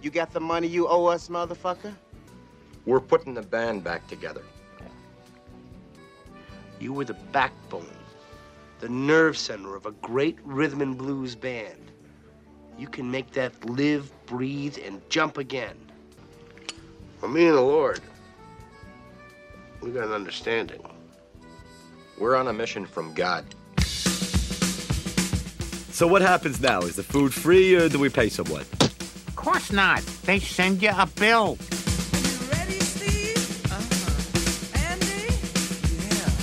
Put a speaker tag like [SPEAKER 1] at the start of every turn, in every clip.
[SPEAKER 1] You got the money you owe us, motherfucker?
[SPEAKER 2] We're putting the band back together.
[SPEAKER 3] You were the backbone, the nerve center of a great rhythm and blues band. You can make that live, breathe, and jump again.
[SPEAKER 2] Well, me and the Lord, we got an understanding. We're on a mission from God.
[SPEAKER 4] So what happens now? Is the food free or do we pay someone?
[SPEAKER 5] Of course not. They send you a bill.
[SPEAKER 6] Ready, Steve? Uh-huh. Andy? Yeah.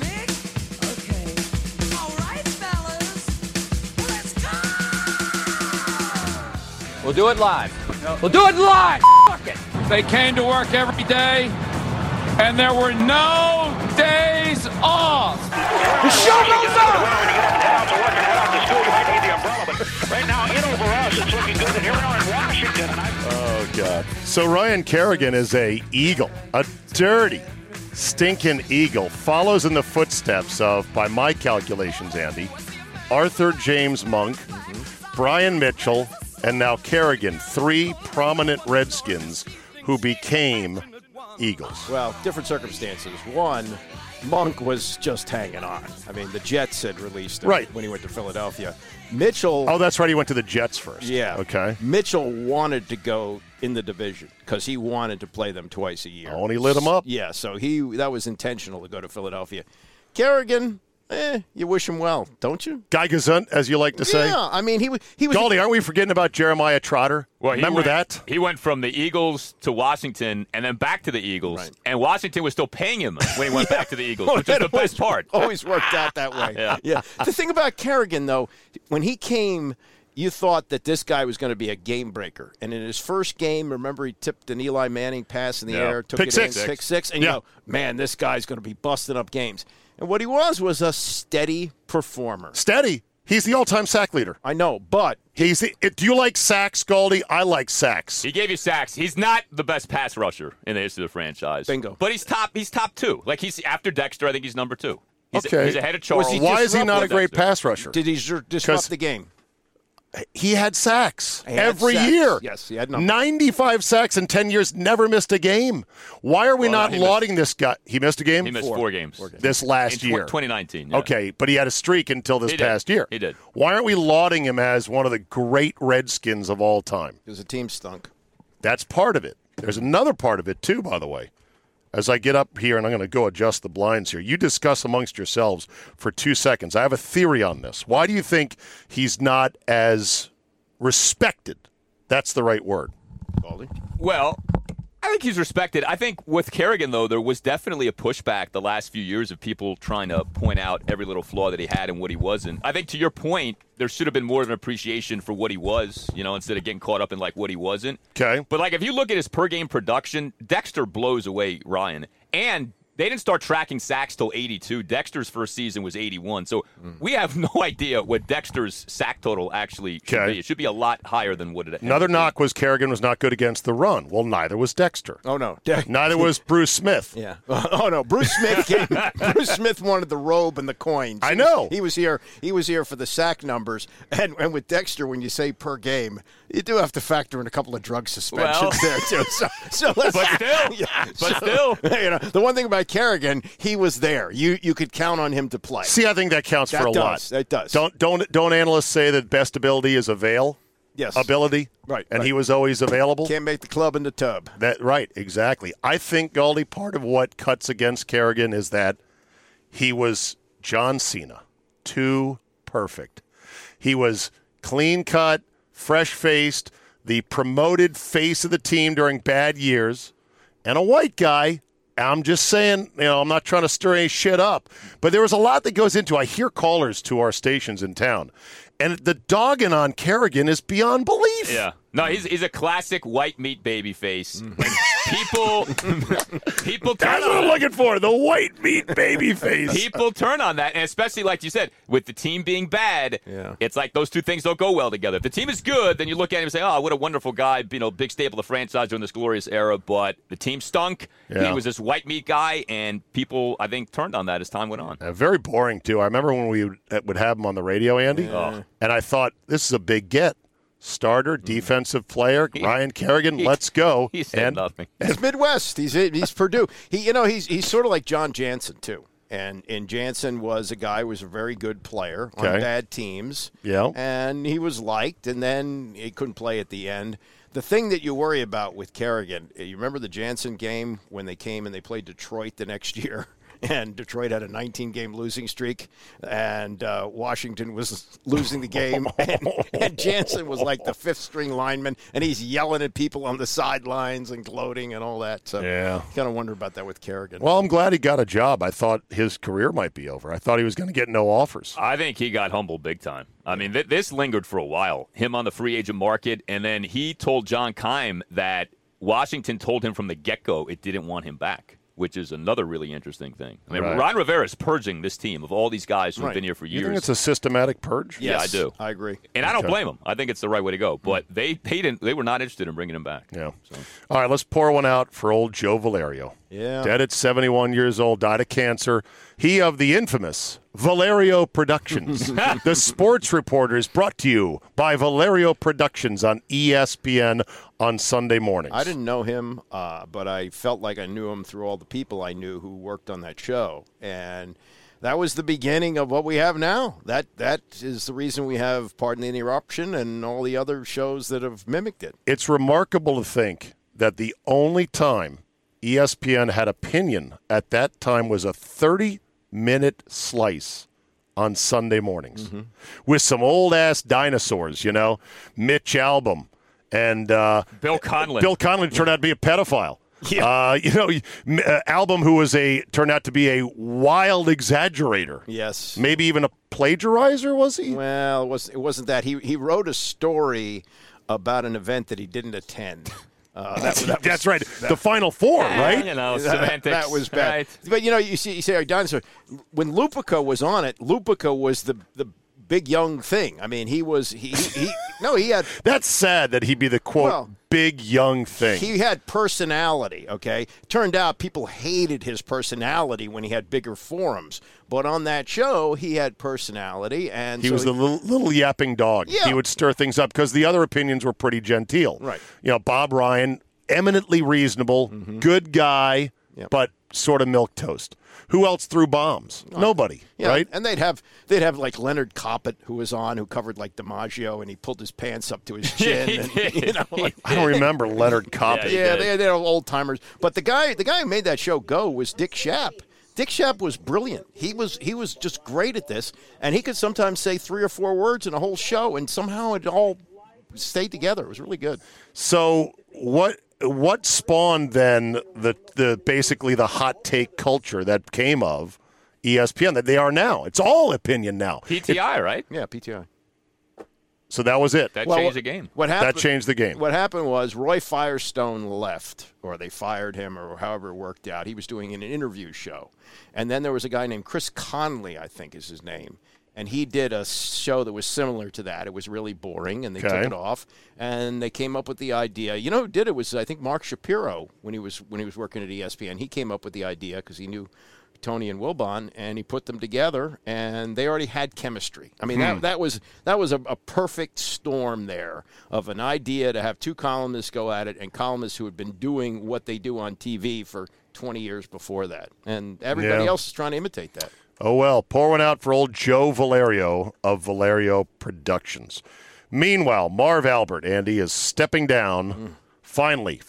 [SPEAKER 6] Mick? Okay. All right, fellas. Let's go!
[SPEAKER 7] We'll do it live. We'll do it live. Fuck it. They came to work every day, and there were no days off. The show goes on.
[SPEAKER 8] Right now, in over us, it's looking good. And here we are in Washington, and I
[SPEAKER 9] Oh God! So Ryan Kerrigan is a eagle, a dirty, stinking eagle. Follows in the footsteps of, by my calculations, Andy, Arthur James Monk, Brian Mitchell, and now Kerrigan. Three prominent Redskins who became Eagles.
[SPEAKER 10] Well, different circumstances. One, Monk was just hanging on. I mean, the Jets had released him
[SPEAKER 9] Right.
[SPEAKER 10] when he went to Philadelphia. Mitchell,
[SPEAKER 9] Oh, that's right. He went to the Jets first.
[SPEAKER 10] yeah,
[SPEAKER 9] Okay.
[SPEAKER 10] Mitchell wanted to go in the division because he wanted to play them twice a year.
[SPEAKER 9] Oh, and he lit 'em up.
[SPEAKER 10] Yeah, so he that was intentional to go to Philadelphia. Kerrigan, eh, you wish him well, don't you?
[SPEAKER 9] Guy Gazunt, as you like to say.
[SPEAKER 10] yeah, I mean, he was he was
[SPEAKER 9] Goldie, aren't we forgetting about Jeremiah Trotter?
[SPEAKER 11] Well, he
[SPEAKER 9] Remember
[SPEAKER 11] went-
[SPEAKER 9] that?
[SPEAKER 11] He went from the Eagles to Washington and then back to the Eagles.
[SPEAKER 10] Right.
[SPEAKER 11] And Washington was still paying him when he went back to the Eagles,
[SPEAKER 10] Well,
[SPEAKER 11] which is
[SPEAKER 10] that
[SPEAKER 11] the best
[SPEAKER 10] always-
[SPEAKER 11] part.
[SPEAKER 10] Always worked out that way.
[SPEAKER 11] Yeah.
[SPEAKER 10] The thing about Kerrigan, though, when he came, you thought that this guy was going to be a game breaker. And in his first game, remember he tipped an Eli Manning pass in the
[SPEAKER 11] Yeah.
[SPEAKER 10] air, took
[SPEAKER 9] Pick
[SPEAKER 10] it
[SPEAKER 9] six.
[SPEAKER 10] in, pick six, and
[SPEAKER 9] Yeah.
[SPEAKER 10] you go, man, this guy's going to be busting up games. And what he was was a steady performer.
[SPEAKER 9] Steady. He's the all-time sack leader.
[SPEAKER 10] I know, but
[SPEAKER 9] He's the, it, do you like sacks, Goldie? I like sacks.
[SPEAKER 11] He gave you sacks. He's not the best pass rusher in the history of the franchise.
[SPEAKER 10] Bingo.
[SPEAKER 11] But he's top. He's top two. Like he's after Dexter. I think he's number two. He's,
[SPEAKER 9] Okay.
[SPEAKER 11] he's ahead of Charles.
[SPEAKER 10] Was he
[SPEAKER 9] Why is he
[SPEAKER 10] disrupt
[SPEAKER 9] not a
[SPEAKER 11] with
[SPEAKER 9] great
[SPEAKER 11] Dexter.
[SPEAKER 9] pass rusher?
[SPEAKER 10] did he dis- disrupt the game?
[SPEAKER 9] he had sacks
[SPEAKER 10] He had
[SPEAKER 9] every
[SPEAKER 10] sacks.
[SPEAKER 9] year.
[SPEAKER 10] Yes, he had numbers.
[SPEAKER 9] 95 sacks in 10 years, never missed a game. Why are we
[SPEAKER 11] Well,
[SPEAKER 9] not
[SPEAKER 11] he
[SPEAKER 9] lauding this guy? He missed a game
[SPEAKER 11] He missed four, games.
[SPEAKER 9] this last
[SPEAKER 11] in tw-
[SPEAKER 9] year.
[SPEAKER 11] 2019. yeah.
[SPEAKER 9] Okay, but he had a streak until this
[SPEAKER 11] He did.
[SPEAKER 9] past year.
[SPEAKER 11] He did.
[SPEAKER 9] Why aren't we lauding him as one of the great Redskins of all time?
[SPEAKER 10] Because the team stunk.
[SPEAKER 9] That's part of it. There's another part of it too, by the way. As I get up here and I'm going to go adjust the blinds here, you discuss amongst yourselves for two seconds. I have a theory on this. Why do you think he's not as respected? That's the right word.
[SPEAKER 10] Baldy.
[SPEAKER 11] Well, I think he's respected. I think with Kerrigan, though, there was definitely a pushback the last few years of people trying to point out every little flaw that he had and what he wasn't. I think to your point, there should have been more of an appreciation for what he was, you know, instead of getting caught up in like what he wasn't.
[SPEAKER 9] Okay.
[SPEAKER 11] But like if you look at his per game production, Dexter blows away Ryan and They didn't start tracking sacks till 82. Dexter's first season was 81. So
[SPEAKER 9] Mm.
[SPEAKER 11] we have no idea what Dexter's sack total actually should
[SPEAKER 9] Okay.
[SPEAKER 11] be. It should be a lot higher than what it
[SPEAKER 9] Another knock was Kerrigan was not good against the run. Well, neither was Dexter.
[SPEAKER 10] Oh no,
[SPEAKER 9] neither was Bruce Smith.
[SPEAKER 10] Yeah. Oh no, Bruce Smith came. Bruce Smith wanted the robe and the coins. I know. He was here. He was here for the sack numbers. And and with Dexter, when you say per game, you do have to factor in a couple of drug suspensions
[SPEAKER 6] Well.
[SPEAKER 10] there too. So, so let's,
[SPEAKER 6] But still.
[SPEAKER 10] Yeah,
[SPEAKER 6] But still.
[SPEAKER 10] you know, the one thing about Kerrigan, he was there. You you could count on him to play.
[SPEAKER 9] See, I think that counts
[SPEAKER 10] That
[SPEAKER 9] for a
[SPEAKER 10] does,
[SPEAKER 9] lot.
[SPEAKER 10] that does.
[SPEAKER 9] Don't don't don't analysts say that best ability is avail?
[SPEAKER 10] Yes.
[SPEAKER 9] Ability.
[SPEAKER 10] Right,
[SPEAKER 9] And
[SPEAKER 10] right.
[SPEAKER 9] he was always available.
[SPEAKER 10] Can't make the club in the tub.
[SPEAKER 9] That right, exactly. I think Galdi, part of what cuts against Kerrigan is that he was John Cena. Too perfect. He was clean cut, fresh faced, the promoted face of the team during bad years, and a white guy. I'm just saying, you know, I'm not trying to stir any shit up, but there was a lot that goes into. I hear callers to our stations in town, and the dogging on Kerrigan is beyond belief.
[SPEAKER 11] Yeah. No, he's, he's a classic white meat baby face. And people people turn
[SPEAKER 9] Mm. That's what I'm looking for, the white meat baby face.
[SPEAKER 11] People turn on that, and especially like you said, with the team being bad, it's like those two things don't go well together. If the team is good, then you look at him and say, "Oh, what a wonderful guy! You know, big staple of the franchise during this glorious era." But the team stunk.
[SPEAKER 9] Yeah.
[SPEAKER 11] He was this white meat guy, and people, I think, turned on that as time went on.
[SPEAKER 9] Uh, very boring too. I remember when we would, uh, would have him on the radio, Andy,
[SPEAKER 11] Yeah.
[SPEAKER 9] and I thought this is a big get. Starter, defensive player, Ryan Kerrigan, let's go. Mm. He
[SPEAKER 11] said
[SPEAKER 9] and
[SPEAKER 11] nothing.
[SPEAKER 10] He's Midwest. He's he's Purdue. He you know he's he's sort of like John Jansen too. And and Jansen was a guy who was a very good player on
[SPEAKER 9] Okay.
[SPEAKER 10] bad teams.
[SPEAKER 9] Yeah.
[SPEAKER 10] And he was liked and then he couldn't play at the end. The thing that you worry about with Kerrigan, eh, you remember the Jansen game when they came and they played Detroit the next year? And Detroit had a 19 game losing streak, and uh, Washington was losing the game. And, and Jansen was like the fifth string lineman, and he's yelling at people on the sidelines and gloating and all that. So,
[SPEAKER 9] Yeah.
[SPEAKER 10] kind of wonder about that with Kerrigan.
[SPEAKER 9] Well, I'm glad he got a job. I thought his career might be over. I thought he was going to get no offers.
[SPEAKER 11] I think he got humbled big time. I mean, th- this lingered for a while. Him on the free agent market, and then he told John Kime that Washington told him from the get go it didn't want him back, which is another really interesting thing. I mean,
[SPEAKER 9] Right.
[SPEAKER 11] Ron Rivera is purging this team of all these guys who've been here for
[SPEAKER 9] You
[SPEAKER 11] years.
[SPEAKER 9] think it's a systematic purge?
[SPEAKER 11] yeah, I do.
[SPEAKER 10] I agree,
[SPEAKER 11] and I don't
[SPEAKER 9] Okay. Mm.
[SPEAKER 11] blame him. I think it's the right way to go. But they they didn't they were not interested in bringing him back.
[SPEAKER 9] Yeah. All right, let's pour one out for old Joe Valerio.
[SPEAKER 10] Yeah.
[SPEAKER 9] Dead at 71 years old, died of cancer. He of the infamous Valerio Productions. the sports reporter is brought to you by Valerio Productions on E ESPN on Sunday mornings.
[SPEAKER 10] I didn't know him, uh, but I felt like I knew him through all the people I knew who worked on that show, and that was the beginning of what we have now. That that is the reason we have Pardon the Interruption and all the other shows that have mimicked it.
[SPEAKER 9] It's remarkable to think that the only time E ESPN had opinion at that time was a 30 minute slice on Sunday mornings
[SPEAKER 10] Mm-hmm.
[SPEAKER 9] with some old ass dinosaurs, you know, Mitch Album and uh,
[SPEAKER 11] Bill Conlon.
[SPEAKER 9] Bill Conlon turned out to be a pedophile. Uh, you know, M- uh, Album, who was a turned out to be a wild exaggerator.
[SPEAKER 10] Yes.
[SPEAKER 9] Maybe even a plagiarizer was he?
[SPEAKER 10] Well, it was it wasn't that he he wrote a story about an event that he didn't attend. Uh, that, that was-
[SPEAKER 9] That's right.
[SPEAKER 10] that-
[SPEAKER 9] the Final Four, right?
[SPEAKER 10] that, That was bad. But you know, you see, you say like dinosaur. When Lupica was on it, Lupica was the the big young thing. I mean, he was he he, he no, he had
[SPEAKER 9] That's sad that he'd be the quote
[SPEAKER 10] Well,
[SPEAKER 9] big young thing.
[SPEAKER 10] he had personality. Okay, turned out people hated his personality when he had bigger forums. But on that show, he had personality, and
[SPEAKER 9] he
[SPEAKER 10] so
[SPEAKER 9] was the little, little yapping dog.
[SPEAKER 10] Yeah.
[SPEAKER 9] He would stir things up because the other opinions were pretty genteel.
[SPEAKER 10] Right. Mm-hmm.
[SPEAKER 9] You know, Bob Ryan, eminently reasonable, good guy, but sort of milk toast. Who else threw bombs? Nobody.
[SPEAKER 10] Oh. Yeah,
[SPEAKER 9] Right.
[SPEAKER 10] and they'd have they'd have like Leonard Coppett who was on who covered like DiMaggio and he pulled his pants up to his chin.
[SPEAKER 9] he
[SPEAKER 10] and, you know, like,
[SPEAKER 9] I don't remember Leonard Coppett.
[SPEAKER 10] yeah, they, they're old timers. But the guy the guy who made that show go was Dick Shapp. Dick Shapp was brilliant. He was he was just great at this, and he could sometimes say three or four words in a whole show, and somehow it all stayed together. It was really good.
[SPEAKER 9] So what what spawned then the the basically the hot take culture that came of E ESPN that they are now? It's all opinion now. Hmm.
[SPEAKER 11] PTI, right?
[SPEAKER 10] Yeah, PTI.
[SPEAKER 9] So that was it.
[SPEAKER 11] That
[SPEAKER 10] Well,
[SPEAKER 11] changed the game.
[SPEAKER 10] What happened?
[SPEAKER 9] That changed the game.
[SPEAKER 10] What happened was Roy Firestone left, or they fired him, or however it worked out. He was doing an interview show, and then there was a guy named Chris Conley, I think is his name, and he did a show that was similar to that. It was really boring, and they took
[SPEAKER 9] Okay.
[SPEAKER 10] it off, and they came up with the idea. You know who did it was I think Mark Shapiro when he was when he was working at E ESPN. He came up with the idea because he knew. Tony and Wilbon, and he put them together, and they already had chemistry. I mean,
[SPEAKER 12] Hmm.
[SPEAKER 10] that, that was that was a, a perfect storm there of an idea to have two columnists go at it, and columnists who had been doing what they do on TV for 20 years before that, and everybody
[SPEAKER 9] Yeah.
[SPEAKER 10] else is trying to imitate that.
[SPEAKER 9] Oh well, pour one out for old Joe Valerio of Valerio Productions. Meanwhile, Marv Albert, Andy, is stepping down
[SPEAKER 10] Mm.
[SPEAKER 9] finally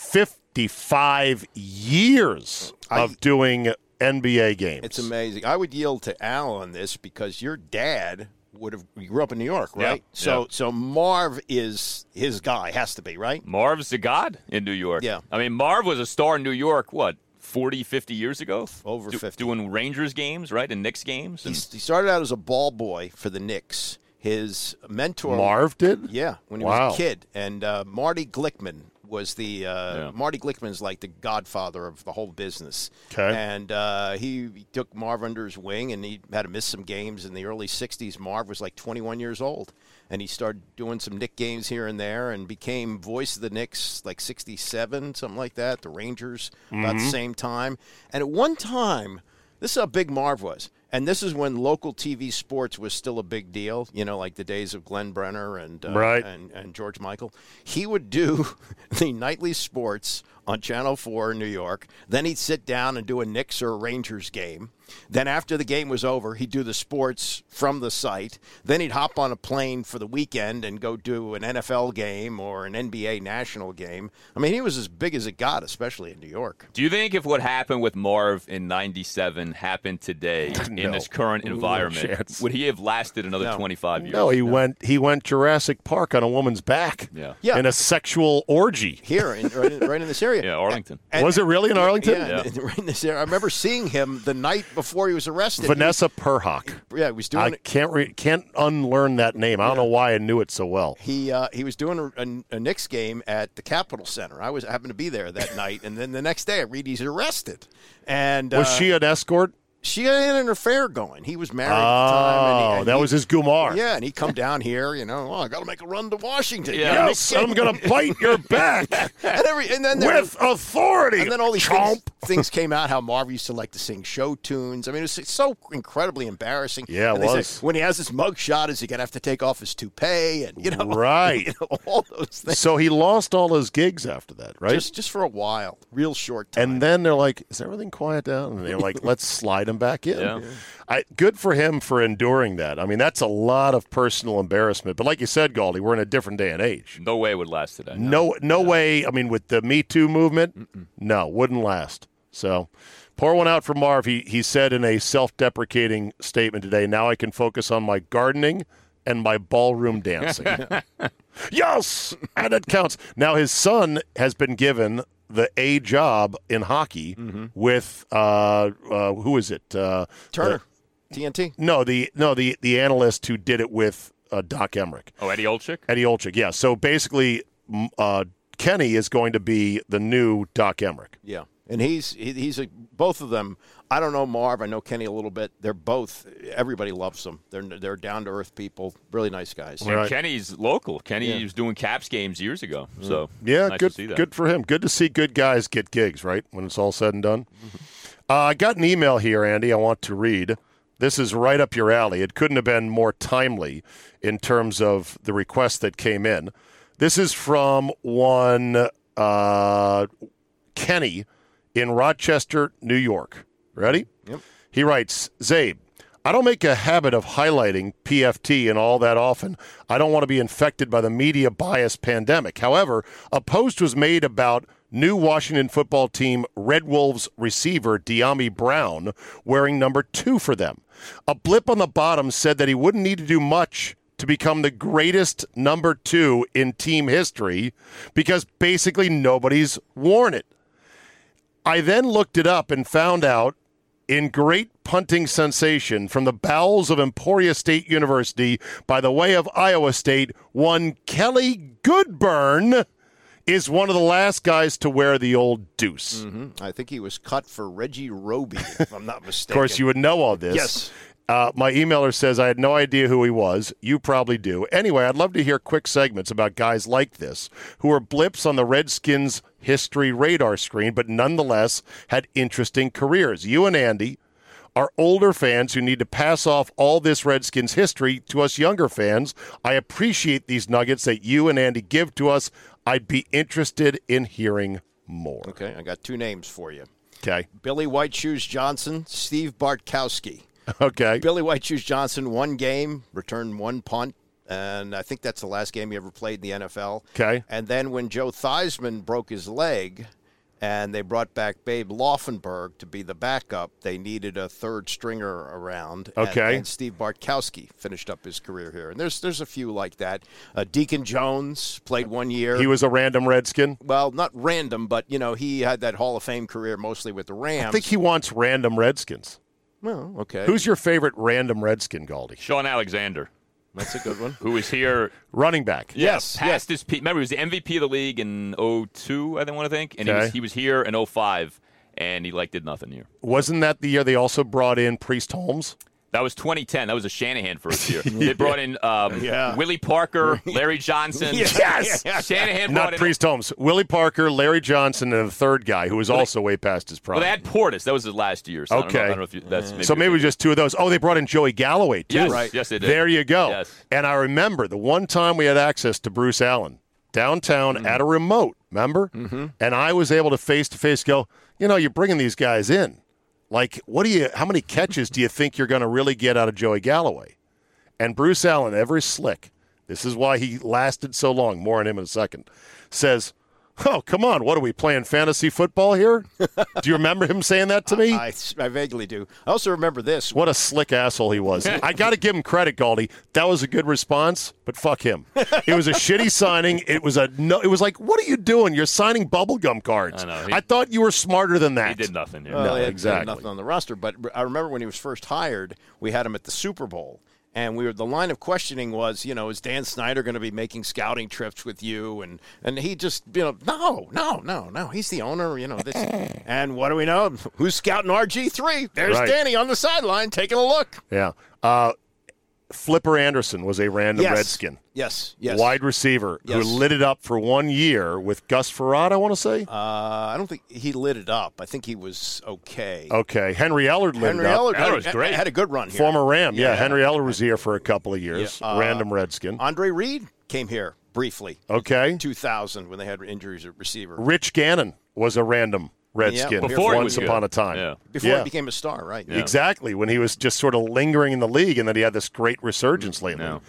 [SPEAKER 9] 55 years of doing NBA games.
[SPEAKER 10] It's amazing. I would yield to Al on this because your dad would have you grew up in New York, right?
[SPEAKER 11] Yep.
[SPEAKER 10] So
[SPEAKER 11] Yep.
[SPEAKER 10] so Marv is his guy, has to be, right?
[SPEAKER 11] Marv's the god in New York.
[SPEAKER 10] Yeah.
[SPEAKER 11] I mean, Marv was a star in New York, what, 40, 50 years ago?
[SPEAKER 10] Over
[SPEAKER 11] 50. Doing Rangers games, right? And Knicks games. And
[SPEAKER 10] He's, he started out as a ball boy for the Knicks. His mentor
[SPEAKER 9] Marv did?
[SPEAKER 10] yeah, when he
[SPEAKER 9] Wow.
[SPEAKER 10] was a kid, and uh, Marty Glickman was the uh, Marty Glickman's like the godfather of the whole business.
[SPEAKER 9] 'Kay.
[SPEAKER 10] and uh, he, he took Marv under his wing, and he had to miss some games in the early '60s. Marv was like 21 years old, and he started doing some Nick games here and there, and became voice of the Knicks like '67, something like that. The Rangers about the
[SPEAKER 12] Mhm.
[SPEAKER 10] same time, and at one time. This is how big Marv was. And this is when local TV sports was still a big deal, you know, like the days of Glenn Brenner and uh,
[SPEAKER 9] Right.
[SPEAKER 10] and, and George Michael. He would do the nightly sports on Channel 4 in New York. Then he'd sit down and do a Knicks or a Rangers game. Then after the game was over, he'd do the sports from the site. Then he'd hop on a plane for the weekend and go do an NFL game or an NBA national game. I mean, he was as big as it got, especially in New York.
[SPEAKER 11] Do you think if what happened with Marv in 97 happened today
[SPEAKER 9] No.
[SPEAKER 11] in this current
[SPEAKER 9] No
[SPEAKER 11] environment,
[SPEAKER 9] chance.
[SPEAKER 11] would he have lasted another 25 years?
[SPEAKER 9] No, he went he went Jurassic Park on a woman's back.
[SPEAKER 11] Yeah.
[SPEAKER 10] Yeah.
[SPEAKER 9] In a sexual orgy.
[SPEAKER 10] Here, in, right, in, right in this area.
[SPEAKER 11] Yeah, Arlington.
[SPEAKER 9] Was it really in Arlington?
[SPEAKER 10] Yeah, in- right in this area. I remember seeing him the night before he was arrested. He was-
[SPEAKER 9] Vanessa Perhock.
[SPEAKER 10] yeah, he was doing.
[SPEAKER 9] I can't re- can't unlearn that name. I don't know why I knew it so well.
[SPEAKER 10] he uh, he was doing a, a, a Knicks game at the Capitol Center. I was happened to be there that night, and then the next day I read he's arrested. And
[SPEAKER 9] Was
[SPEAKER 10] uh,
[SPEAKER 9] she an escort?
[SPEAKER 10] She had an affair going. He was married at the time. And he,
[SPEAKER 9] Oh,
[SPEAKER 10] and
[SPEAKER 9] that
[SPEAKER 10] he-
[SPEAKER 9] was his Gumar.
[SPEAKER 10] Yeah, and he come down here. You know, oh, I got to make a run to Washington.
[SPEAKER 9] Yeah.
[SPEAKER 10] Get a
[SPEAKER 9] Yes,
[SPEAKER 10] Knicks
[SPEAKER 9] I'm
[SPEAKER 10] game."
[SPEAKER 9] gonna bite your back
[SPEAKER 10] and every and then there-
[SPEAKER 9] with authority.
[SPEAKER 10] And then all these
[SPEAKER 9] chomp.
[SPEAKER 10] things, things came out how Marv used to like to sing show tunes. I mean, it was so incredibly embarrassing.
[SPEAKER 9] Yeah, it
[SPEAKER 10] And they said,
[SPEAKER 9] was.
[SPEAKER 10] when he has his mug shot, is he gonna have to take off his toupee and you know,
[SPEAKER 9] Right.
[SPEAKER 10] you know, all those things.
[SPEAKER 9] So he lost all his gigs after that, right?
[SPEAKER 10] Just just for a while, real short.
[SPEAKER 9] and then they're like, "Is everything quiet down?" And they're like, "Let's slide him back in."
[SPEAKER 10] Yeah.
[SPEAKER 9] I, good for him for enduring that. I mean, that's a lot of personal embarrassment. But like you said, Galdi, we're in a different day and age.
[SPEAKER 11] No way it would last today.
[SPEAKER 9] No, no way. I mean, with the Me Too movement, no, wouldn't last. So, pour one out for Marv. He he said in a self-deprecating statement today. Now I can focus on my gardening and my ballroom dancing. yes, and it counts. Now his son has been given the A job in hockey with uh, uh, who is it? Uh,
[SPEAKER 10] Turner. TNT.
[SPEAKER 9] The, no, the no the the analyst who did it with uh, Doc Emmerich.
[SPEAKER 11] Oh, Eddie Olczyk?
[SPEAKER 9] Eddie Olczyk, yeah. So basically, m- uh, Kenny is going to be the new Doc Emmerich.
[SPEAKER 10] Yeah, and he's he, he's a, both of them. I don't know Marv. I know Kenny a little bit. They're both. Everybody loves them. They're they're down to earth people. Really nice guys.
[SPEAKER 11] And Kenny's local. Kenny was doing Caps games years ago.
[SPEAKER 10] Mm.
[SPEAKER 11] So
[SPEAKER 9] Yeah,
[SPEAKER 11] nice
[SPEAKER 9] good,
[SPEAKER 11] to see that.
[SPEAKER 9] good for him. Good to see good guys get gigs, right? When it's all said and done.
[SPEAKER 11] Mm-hmm.
[SPEAKER 9] Uh, I got an email here, Andy, I want to read. This is right up your alley. It couldn't have been more timely in terms of the request that came in. This is from one uh, Kenny in Rochester, New York. Ready? Yep. He writes, Zabe, I don't make a habit of highlighting PFT and all that often. I don't want to be infected by the media bias pandemic. However, a post was made about new Washington football team Red Wolves receiver Deami Brown wearing number two for them. A blip on the bottom said that he wouldn't need to do much to become the greatest number two in team history because basically nobody's worn it. I then looked it up and found out in great punting sensation from the bowels of Emporia State University by the way of Iowa State, one Kelly Goodburn is one of the last guys to wear the old deuce.
[SPEAKER 10] I think he was cut for Reggie Roby, if I'm not
[SPEAKER 9] Of
[SPEAKER 10] mistaken.
[SPEAKER 9] course, you would know all this.
[SPEAKER 10] Yes.
[SPEAKER 9] Uh, my emailer says I had no idea who he was. You probably do. Anyway, I'd love to hear quick segments about guys like this who were blips on the Redskins' history radar screen, but nonetheless had interesting careers. You and Andy are older fans who need to pass off all this Redskins history to us younger fans. I appreciate these nuggets that you and Andy give to us. I'd be interested in hearing more.
[SPEAKER 10] Okay, I got two names for you.
[SPEAKER 9] Okay.
[SPEAKER 10] Billy White Shoes Johnson, Steve Bartkowski.
[SPEAKER 9] Okay.
[SPEAKER 10] Billy White Shoes Johnson, one game, returned one punt, and I think that's the last game he ever played in the NFL.
[SPEAKER 9] Okay.
[SPEAKER 10] And then when Joe Theismann broke his leg and they brought back Babe Laufenberg to be the backup, they needed a third stringer around. and-
[SPEAKER 9] Okay.
[SPEAKER 10] And, Steve Bartkowski finished up his career here. And there's there's a few like that. Uh, Deacon Jones played one year.
[SPEAKER 9] He was a random Redskin.
[SPEAKER 10] well, not random, but you know he had that Hall of Fame career mostly with the Rams.
[SPEAKER 9] I think he wants random Redskins.
[SPEAKER 10] Well, okay.
[SPEAKER 9] Who's your favorite random Redskin, Galdi?
[SPEAKER 11] Sean Alexander.
[SPEAKER 10] That's a good one.
[SPEAKER 11] Who was here?
[SPEAKER 9] Running back.
[SPEAKER 11] Yes. Past his peak. Remember, he was the MVP of the league in 02, I think, want to think. And he,
[SPEAKER 9] Okay.
[SPEAKER 11] was, he was here in 05, and he like did nothing here.
[SPEAKER 9] Wasn't that the year they also brought in Priest Holmes?
[SPEAKER 11] That was 2010. That was a Shanahan first year. They brought in um,
[SPEAKER 9] Yeah.
[SPEAKER 11] Willie Parker, Larry Johnson.
[SPEAKER 9] Yes!
[SPEAKER 11] Shanahan brought
[SPEAKER 9] Not
[SPEAKER 11] in.
[SPEAKER 9] Priest Holmes. Willie Parker, Larry Johnson, and the third guy who was
[SPEAKER 11] Really?
[SPEAKER 9] also way past his prime.
[SPEAKER 11] Well, they had Portis. That was his last year. So I don't know-
[SPEAKER 9] okay.
[SPEAKER 11] I don't know, if you, that's maybe
[SPEAKER 9] so maybe it was just two of those. Oh, they brought in Joey Galloway, too.
[SPEAKER 11] Yes, Right. yes, they did.
[SPEAKER 9] There you go. And I remember the one time we had access to Bruce Allen downtown
[SPEAKER 11] Mm-hmm.
[SPEAKER 9] at a remote, remember? Mm-hmm. And I was able to face to face go, you know, you're bringing these guys in. Like, what do you, how many catches do you think you're going to really get out of Joey Galloway? And Bruce Allen, ever slick, this is why he lasted so long, more on him in a second, says, Oh, come on, what are we playing fantasy football here? do you remember him saying that to me?
[SPEAKER 10] I, I vaguely do. I also remember this.
[SPEAKER 9] What a slick asshole he was. I got to give him credit, Galdi. That was a good response, but fuck him. It was a shitty signing. It was a no. It was like, what are you doing? You're signing bubblegum cards. I,
[SPEAKER 11] know. He-
[SPEAKER 9] thought you were smarter than that.
[SPEAKER 11] He did nothing. Yeah.
[SPEAKER 10] Well,
[SPEAKER 9] No,
[SPEAKER 10] Oh, they had- they had
[SPEAKER 9] exactly.
[SPEAKER 10] nothing on the roster. But I remember when he was first hired, we had him at the Super Bowl, and we were the line of questioning was, you know, is Dan Snyder going to be making scouting trips with you? And and he just, you know, no, no, no, no. He's the owner, you know. This, and what do we know? Who's scouting RG three? There's
[SPEAKER 9] Right.
[SPEAKER 10] Danny on the sideline taking a look.
[SPEAKER 9] Yeah. Uh, Flipper Anderson was a random
[SPEAKER 10] Yes.
[SPEAKER 9] Redskin.
[SPEAKER 10] Yes, yes.
[SPEAKER 9] Wide receiver
[SPEAKER 10] Yes.
[SPEAKER 9] who lit it up for one year with Gus Farad, I want to say.
[SPEAKER 10] Uh, I don't think he lit it up. I think he was okay.
[SPEAKER 9] Okay. Henry Ellard Oh, lit
[SPEAKER 10] Henry
[SPEAKER 9] it up.
[SPEAKER 10] Ellard had- Ellard was had- great. had a good run here.
[SPEAKER 9] Former Ram. Yeah.
[SPEAKER 10] Yeah.
[SPEAKER 9] Henry Ellard was here for a couple of years.
[SPEAKER 10] Yeah. Uh,
[SPEAKER 9] random Redskin.
[SPEAKER 10] Andre Reed came here briefly.
[SPEAKER 9] Okay.
[SPEAKER 10] 2000 when they had injuries at receiver.
[SPEAKER 9] Rich Gannon was a random Redskin
[SPEAKER 10] Yeah, before he
[SPEAKER 9] once
[SPEAKER 10] was
[SPEAKER 9] upon
[SPEAKER 10] good.
[SPEAKER 9] a time.
[SPEAKER 10] Before
[SPEAKER 9] Yeah.
[SPEAKER 10] he became a star, right?
[SPEAKER 9] Exactly, when he was just sort of lingering in the league and then he had this great resurgence
[SPEAKER 10] Mm-hmm.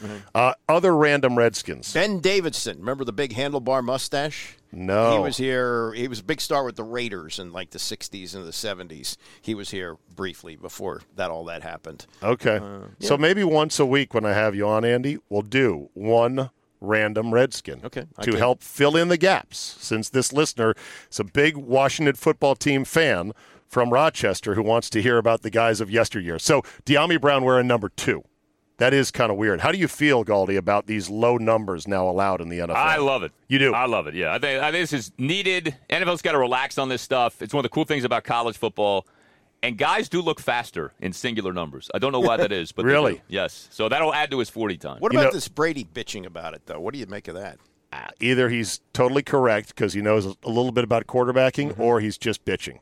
[SPEAKER 9] lately. Uh, other random Redskins.
[SPEAKER 10] Ben Davidson, remember the big handlebar mustache?
[SPEAKER 9] No.
[SPEAKER 10] He was here. He was a big star with the Raiders in like the 60s and the 70s. He was here briefly before that all that happened.
[SPEAKER 9] Okay.
[SPEAKER 10] Uh,
[SPEAKER 9] So maybe once a week when I have you on, Andy, we'll do one random Redskin.
[SPEAKER 10] Okay, I
[SPEAKER 9] To
[SPEAKER 10] can-
[SPEAKER 9] help fill in the gaps, since this listener is a big Washington football team fan from Rochester who wants to hear about the guys of yesteryear. So Deami Brown wearing number two. That is kind of weird. How do you feel, Galdi, about these low numbers now allowed in the NFL?
[SPEAKER 11] I love it.
[SPEAKER 9] You do.
[SPEAKER 11] I love it. Yeah, I think, I think this is needed. NFL's got to relax on this stuff. It's one of the cool things about college football, and guys do look faster in singular numbers. I don't know why that is, but they
[SPEAKER 9] Really?
[SPEAKER 11] do. yes. So that'll add to his forty time.
[SPEAKER 10] What
[SPEAKER 9] You
[SPEAKER 10] about
[SPEAKER 9] know-
[SPEAKER 10] this Brady bitching about it, though? What do you make of that?
[SPEAKER 9] Either he's totally correct because he knows a little bit about quarterbacking,
[SPEAKER 11] Mm-hmm.
[SPEAKER 9] or he's just bitching.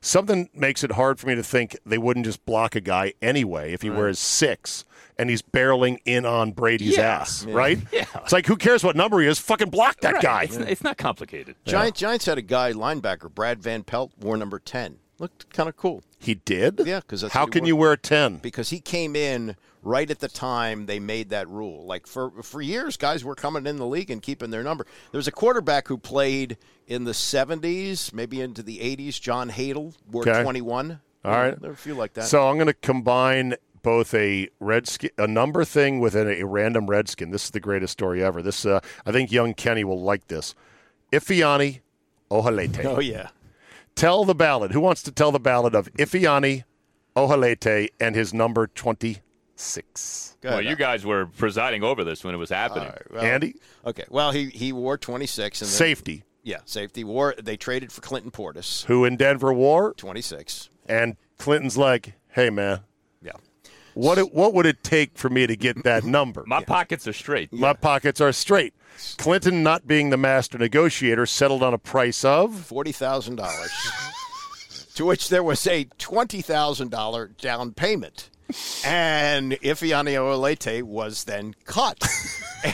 [SPEAKER 9] Something makes it hard for me to think they wouldn't just block a guy anyway if he wears six and he's barreling in on Brady's
[SPEAKER 11] Yeah.
[SPEAKER 9] ass,
[SPEAKER 11] Yeah.
[SPEAKER 9] right?
[SPEAKER 11] Yeah.
[SPEAKER 9] It's like, who cares what number he is? Fucking block that
[SPEAKER 11] Right.
[SPEAKER 9] guy.
[SPEAKER 11] It's, it's not complicated.
[SPEAKER 10] Giants, Giants had a guy, linebacker, Brad Van Pelt, wore number 10. Looked kind of cool.
[SPEAKER 9] He did?
[SPEAKER 10] Yeah, because
[SPEAKER 9] How can you wear 10?
[SPEAKER 10] Because he came in right at the time they made that rule. Like for for years, guys were coming in the league and keeping their number. There was a quarterback who played in the '70s, maybe into the '80s. John Hadel wore
[SPEAKER 9] Okay.
[SPEAKER 10] 21.
[SPEAKER 9] All right.
[SPEAKER 10] there were a few like that.
[SPEAKER 9] So I'm going to combine both a redskin, a number thing with a, a random redskin. This is the greatest story ever. This uh, I think young Kenny will like this. Ifiani Ohalete.
[SPEAKER 10] oh yeah,
[SPEAKER 9] Tell the ballad. Who wants to tell the ballad of Ifiani Ohalete and his number 26.
[SPEAKER 11] well, you guys were presiding over this when it was happening.
[SPEAKER 10] Well, Okay. Well, he he wore 26 and then-
[SPEAKER 9] Safety.
[SPEAKER 10] Yeah, safety. Wore they traded for Clinton Portis.
[SPEAKER 9] Who in Denver wore?
[SPEAKER 10] 26.
[SPEAKER 9] And Clinton's like, hey, man.
[SPEAKER 10] Yeah.
[SPEAKER 9] What, it, what would it take for me to get that number?
[SPEAKER 11] My pockets are straight.
[SPEAKER 9] My pockets are straight. Clinton, not being the master negotiator, settled on a price of
[SPEAKER 10] forty thousand dollars, to which there was a twenty thousand dollar down payment, and Ifiani Olete was then cut,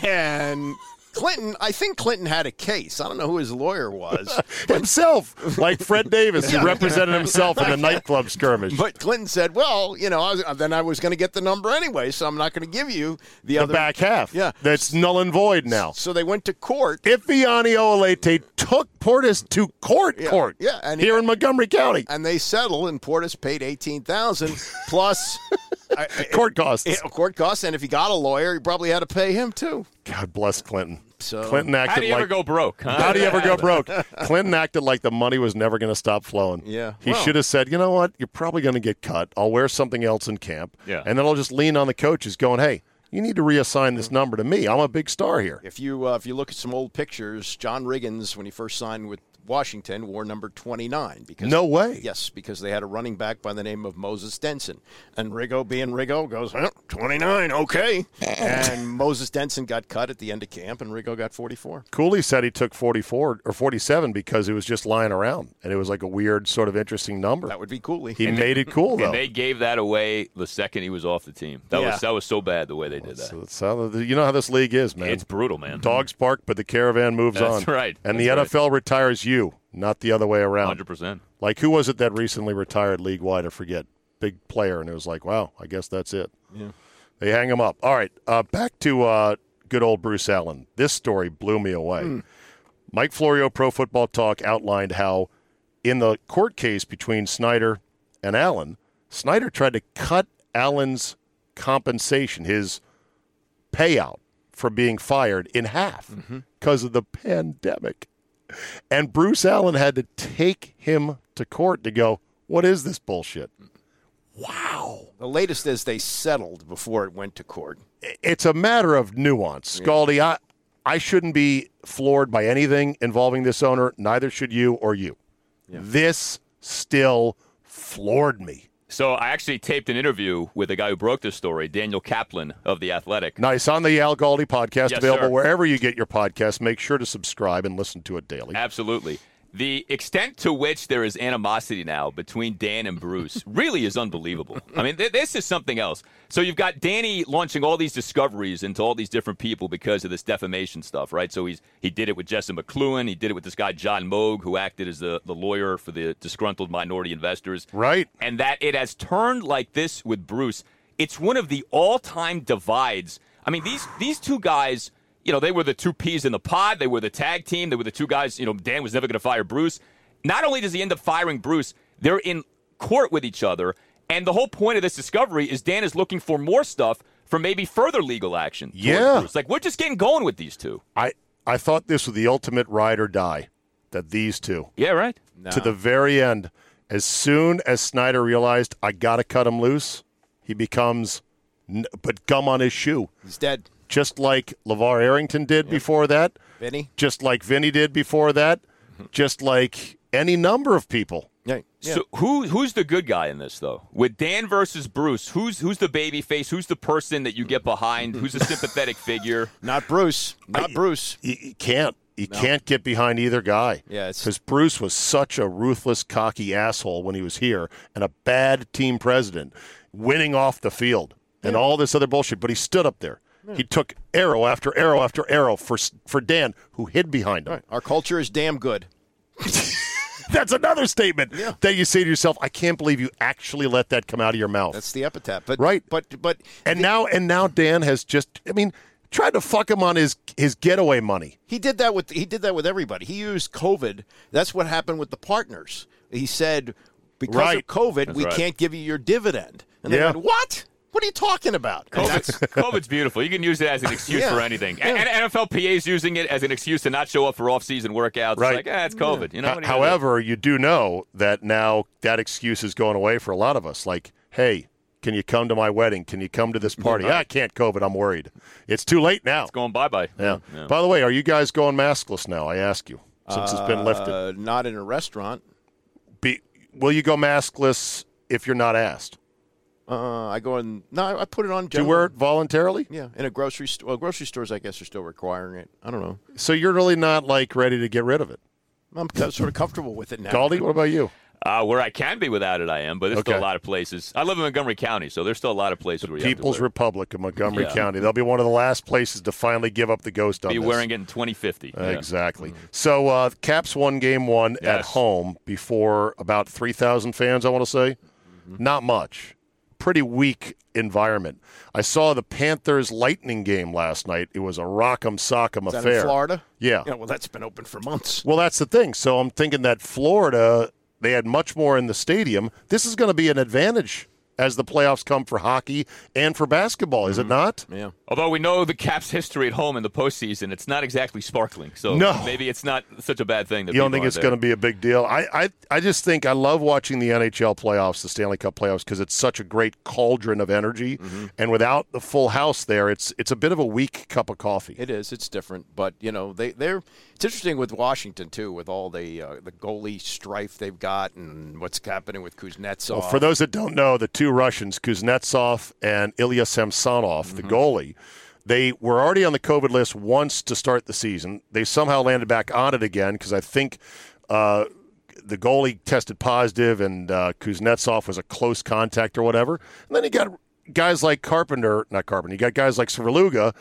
[SPEAKER 10] and. Clinton, I think Clinton had a case. I don't know who his lawyer was.
[SPEAKER 9] himself, like Fred Davis,
[SPEAKER 10] Yeah.
[SPEAKER 9] who represented himself in the nightclub skirmish.
[SPEAKER 10] But Clinton said, "Well, you know, I was, then I was going to get the number anyway, so I'm not going to give you the,
[SPEAKER 9] the
[SPEAKER 10] other
[SPEAKER 9] back half.
[SPEAKER 10] Yeah.
[SPEAKER 9] That's null and void now.
[SPEAKER 10] So they went to court.
[SPEAKER 9] Ifiani Olete took Portis to court
[SPEAKER 10] Yeah,
[SPEAKER 9] court.
[SPEAKER 10] yeah, and
[SPEAKER 9] here in Montgomery County.
[SPEAKER 10] And they settled, and Portis paid eighteen thousand plus I- I-
[SPEAKER 9] court costs.
[SPEAKER 10] yeah, court costs. And if he got a lawyer, he probably had to pay him too.
[SPEAKER 9] God bless Clinton.
[SPEAKER 10] So
[SPEAKER 9] Clinton acted
[SPEAKER 11] How do you
[SPEAKER 9] like
[SPEAKER 11] ever go broke? Huh?
[SPEAKER 9] How do you ever go broke? Clinton acted like the money was never going to stop flowing.
[SPEAKER 10] Yeah.
[SPEAKER 9] He
[SPEAKER 10] Well-
[SPEAKER 9] should have said, you know what? You're probably going to get cut. I'll wear something else in camp.
[SPEAKER 10] Yeah.
[SPEAKER 9] And then I'll just lean on the coaches going, hey, you need to reassign
[SPEAKER 10] Mm-hmm.
[SPEAKER 9] this number to me. I'm a big star here.
[SPEAKER 10] If you uh, if you look at some old pictures, John Riggins when he first signed with Washington wore number 29 because
[SPEAKER 9] No way.
[SPEAKER 10] Yes, because they had a running back by the name of Moses Denson. And Rigo being Rigo goes, "Huh, 29, okay." and Moses Denson got cut at the end of camp and Rigo got 44.
[SPEAKER 9] Cooley said he took 44 or 47 because it was just lying around and it was like a weird, sort of interesting number. That
[SPEAKER 10] would be Cooley.
[SPEAKER 9] He made it cool, though.
[SPEAKER 11] And they gave that away the second he was off the team. That
[SPEAKER 9] Yeah.
[SPEAKER 11] was that was so bad the way they did that.
[SPEAKER 9] That's how the, you know how this league is, man.
[SPEAKER 11] It's brutal, man.
[SPEAKER 9] Dogs bark, but the caravan moves on.
[SPEAKER 11] That's right.
[SPEAKER 9] And
[SPEAKER 11] That's right.
[SPEAKER 9] the NFL retires you, not the other way around.
[SPEAKER 11] 100%.
[SPEAKER 9] Like who was it that recently retired league wide? I forget. Big player, and it was like, wow, I guess that's it.
[SPEAKER 10] Yeah.
[SPEAKER 9] They hang him up. All right, uh, back to uh, good old Bruce Allen. This story blew me away. Mike Florio, Pro Football Talk, outlined how in the court case between Snyder and Allen, Snyder tried to cut Allen's compensation, his payout for being fired, in half because of the pandemic. And Bruce Allen had to take him to court to go, what is this bullshit?
[SPEAKER 10] The latest is they settled before it went to court.
[SPEAKER 9] it's a matter of nuance. Scaldi, I, I shouldn't be floored by anything involving this owner. Neither should you or you. This still floored me.
[SPEAKER 11] So I actually taped an interview with the guy who broke this story, Daniel Kaplan of The Athletic.
[SPEAKER 9] Nice on the Al Galdi podcast,
[SPEAKER 11] Yes,
[SPEAKER 9] available
[SPEAKER 11] sir.
[SPEAKER 9] wherever you get your podcast. Make sure to subscribe and listen to it daily.
[SPEAKER 11] Absolutely. The extent to which there is animosity now between Dan and Bruce really is unbelievable. I mean, th- this is something else. So you've got Danny launching all these discoveries into all these different people because of this defamation stuff, right? So he's he did it with Jesse McLuhan. He did it with this guy John Moog, who acted as the, the lawyer for the disgruntled minority investors.
[SPEAKER 9] Right.
[SPEAKER 11] And that it has turned like this with Bruce. It's one of the all-time divides. I mean, these these two guys you know, they were the two peas in the pod. They were the tag team. They were the two guys. You know, Dan was never going to fire Bruce. Not only does he end up firing Bruce, they're in court with each other. And the whole point of this discovery is Dan is looking for more stuff for maybe further legal action. towards
[SPEAKER 9] Yeah.
[SPEAKER 11] Bruce. Like, we're just getting going with these two.
[SPEAKER 9] I, I thought this was the ultimate ride or die that these two,
[SPEAKER 11] Yeah, right?
[SPEAKER 9] to the very end, as soon as Snyder realized, I got to cut him loose, he becomes, n- but gum on his shoe.
[SPEAKER 10] He's dead.
[SPEAKER 9] just like LeVar Arrington did before that,
[SPEAKER 10] Vinny?
[SPEAKER 9] just like Vinny did before that, just like any number of people.
[SPEAKER 10] Yeah.
[SPEAKER 11] So who who's the good guy in this though? With Dan versus Bruce, who's who's the baby face? Who's the person that you get behind? Who's a sympathetic figure?
[SPEAKER 10] Not Bruce. Not Bruce.
[SPEAKER 9] You, you can't. You can't get behind either guy.
[SPEAKER 10] Yeah, it's-
[SPEAKER 9] Because Bruce was such a ruthless, cocky asshole when he was here and a bad team president, winning off the field and all this other bullshit. But he stood up there. He took arrow after arrow after arrow for s- for Dan, who hid behind him.
[SPEAKER 10] Our culture is damn good.
[SPEAKER 9] That's another statement that you say to yourself, I can't believe you actually let that come out of your mouth.
[SPEAKER 10] That's the epitaph. But
[SPEAKER 9] Right.
[SPEAKER 10] But but
[SPEAKER 9] And now and now Dan has just I mean, tried to fuck him on his his getaway money.
[SPEAKER 10] He did that with he did that with everybody. He used COVID. That's what happened with the partners. He said because of
[SPEAKER 9] Right.
[SPEAKER 10] COVID,
[SPEAKER 11] That's
[SPEAKER 10] we
[SPEAKER 11] right.
[SPEAKER 10] can't give you your dividend. And they
[SPEAKER 9] Yeah.
[SPEAKER 10] went, "What? What are you talking about?"
[SPEAKER 11] COVID's, COVID's beautiful. You can use it as an excuse
[SPEAKER 10] Yeah.
[SPEAKER 11] for anything. And NFLPA is using it as an excuse to not show up for off-season workouts. It's
[SPEAKER 9] Right.
[SPEAKER 11] like, ah, it's COVID. You know.
[SPEAKER 9] Ho-
[SPEAKER 11] what are you gonna do?
[SPEAKER 9] However, you do know that now that excuse is going away for a lot of us. Like hey, can you come to my wedding? Can you come to this party?
[SPEAKER 11] Yeah.
[SPEAKER 9] I can't COVID. I'm worried. It's too late now. It's
[SPEAKER 11] going bye bye.
[SPEAKER 9] Yeah.
[SPEAKER 11] Yeah.
[SPEAKER 9] By the way, are you guys going maskless now? I ask you, since it's been lifted.
[SPEAKER 10] Uh, not in a restaurant.
[SPEAKER 9] Be, will you go maskless if you're not asked?
[SPEAKER 10] Uh, I go in. No, I, I put it on.
[SPEAKER 9] Do you wear it
[SPEAKER 10] general-
[SPEAKER 9] voluntarily?
[SPEAKER 10] Yeah, in a grocery store. Well, grocery stores, I guess, are still requiring it. I don't know.
[SPEAKER 9] So you're really not like ready to get rid of it.
[SPEAKER 10] I'm sort of comfortable with it now.
[SPEAKER 9] Galdi, what about you?
[SPEAKER 11] Uh, where I can be without it, I am, but there's still
[SPEAKER 9] Okay.
[SPEAKER 11] a lot of places. I live in Montgomery County, so there's still a lot of places where you have to
[SPEAKER 9] People's
[SPEAKER 11] wear it.
[SPEAKER 9] Republic of Montgomery
[SPEAKER 11] Yeah.
[SPEAKER 9] County. They'll be one of the last places to finally give up the ghost on
[SPEAKER 11] be
[SPEAKER 9] this.
[SPEAKER 11] wearing it in 2050. yeah.
[SPEAKER 9] Exactly.
[SPEAKER 10] Mm-hmm.
[SPEAKER 9] So uh, Caps won game one at
[SPEAKER 11] Yes.
[SPEAKER 9] home before about 3,000 fans, I want to say.
[SPEAKER 10] Mm-hmm.
[SPEAKER 9] Not much. Pretty weak environment. I saw the Panthers Lightning game last night. It was a rock'em sock'em
[SPEAKER 10] Is that
[SPEAKER 9] affair.
[SPEAKER 10] in Florida?
[SPEAKER 9] Yeah.
[SPEAKER 10] Well, that's been open for months.
[SPEAKER 9] Well, that's the thing. So I'm thinking that Florida, they had much more in the stadium. This is going to be an advantage as the playoffs come for hockey and for basketball, is
[SPEAKER 10] Mm-hmm.
[SPEAKER 9] it not?
[SPEAKER 10] Yeah.
[SPEAKER 11] Although we know the Caps' history at home in the postseason, it's not exactly sparkling. So
[SPEAKER 9] No.
[SPEAKER 11] maybe it's not such a bad thing. That
[SPEAKER 9] You don't
[SPEAKER 11] people
[SPEAKER 9] think
[SPEAKER 11] aren't
[SPEAKER 9] it's
[SPEAKER 11] there.
[SPEAKER 9] going to be a big deal? I, I, I just think I love watching the NHL playoffs, the Stanley Cup playoffs, because it's such a great cauldron of energy. And without the full house there, it's it's a bit of a weak cup of coffee.
[SPEAKER 10] It is. It's different, but you know they they're. It's interesting with Washington too, with all the uh, the goalie strife they've got and what's happening with Kuznetsov.
[SPEAKER 9] Well, for those that don't know, the two Russians, Kuznetsov and Ilya Samsonov, the goalie, they were already on the COVID list once to start the season. They somehow landed back on it again because I think uh, the goalie tested positive and uh, Kuznetsov was a close contact or whatever. And then you got guys like Carpenter, not Carpenter, you got guys like Sverluga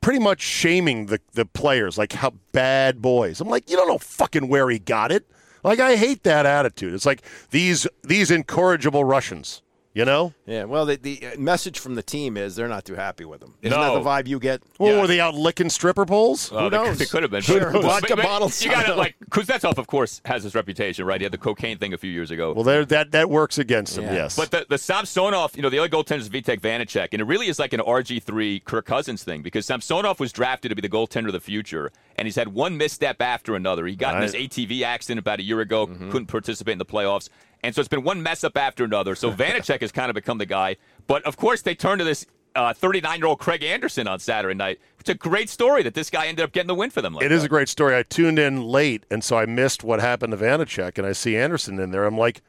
[SPEAKER 9] pretty much shaming the, the players, like how bad boys. I'm like, you don't know fucking where he got it. Like I hate that attitude. It's like these these incorrigible Russians, you know?
[SPEAKER 10] yeah. Well, the, the uh, message from the team is they're not too happy with him. Isn't
[SPEAKER 11] No.
[SPEAKER 10] that the vibe you get?
[SPEAKER 9] Well, were they out licking stripper poles?
[SPEAKER 11] Uh,
[SPEAKER 10] Who
[SPEAKER 11] they-
[SPEAKER 10] knows?
[SPEAKER 11] They could have been.
[SPEAKER 10] Sure.
[SPEAKER 11] But-
[SPEAKER 10] Vodka
[SPEAKER 11] but- but
[SPEAKER 10] bottles.
[SPEAKER 11] You got to like Kuznetsov, of course, has his reputation, right? He had the cocaine thing a few years ago.
[SPEAKER 9] Well, there that that works against them.
[SPEAKER 11] Yeah.
[SPEAKER 9] Yes,
[SPEAKER 11] But the, the Samsonov, you know, the other goaltender is Vitek Vanacek, and it really is like an RG3 Kirk Cousins thing because Samsonov was drafted to be the goaltender of the future, and he's had one misstep after another. He got in
[SPEAKER 9] Right. Mm-hmm.
[SPEAKER 11] this ATV accident about a year ago, couldn't participate in the playoffs. And so it's been one mess up after another. So Vanacek has kind of become the guy. But of course, they turned to this 39 year old Craig Anderson on Saturday night. It's a great story that this guy ended up getting the win for them. Like
[SPEAKER 9] it is a great story. I tuned in late, and so I missed what happened to Vanacek, and I see Anderson in there. I'm like,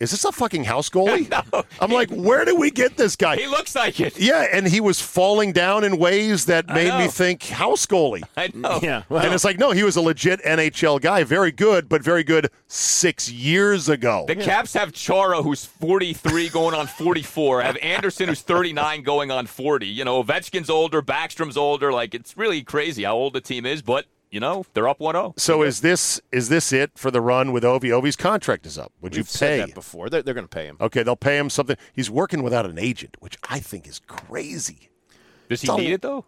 [SPEAKER 9] is this a fucking house goalie? I'm like, where did we get this guy?
[SPEAKER 11] He looks like it.
[SPEAKER 9] Yeah, and he was falling down in ways that made me
[SPEAKER 11] know.
[SPEAKER 9] think house goalie.
[SPEAKER 11] I know.
[SPEAKER 10] Yeah.
[SPEAKER 9] and it's like, no, he was a legit NHL guy, very good, but very good six years ago.
[SPEAKER 11] The Caps have Chara, who's 43 going on 44. Have Anderson, who's 39 going on 40. You know, Ovechkin's older, Backstrom's older. Like, it's really crazy how old the team is, but, you know, they're up 1 0.
[SPEAKER 9] So is this is this it for the run with Ovi? Ovi's contract is up. Would
[SPEAKER 10] We've
[SPEAKER 9] you
[SPEAKER 10] said
[SPEAKER 9] pay?
[SPEAKER 10] that before. They're, they're going to pay him.
[SPEAKER 9] Okay, they'll pay him something. He's working without an agent, which I think is crazy.
[SPEAKER 11] Does he
[SPEAKER 9] So-
[SPEAKER 11] need it, though?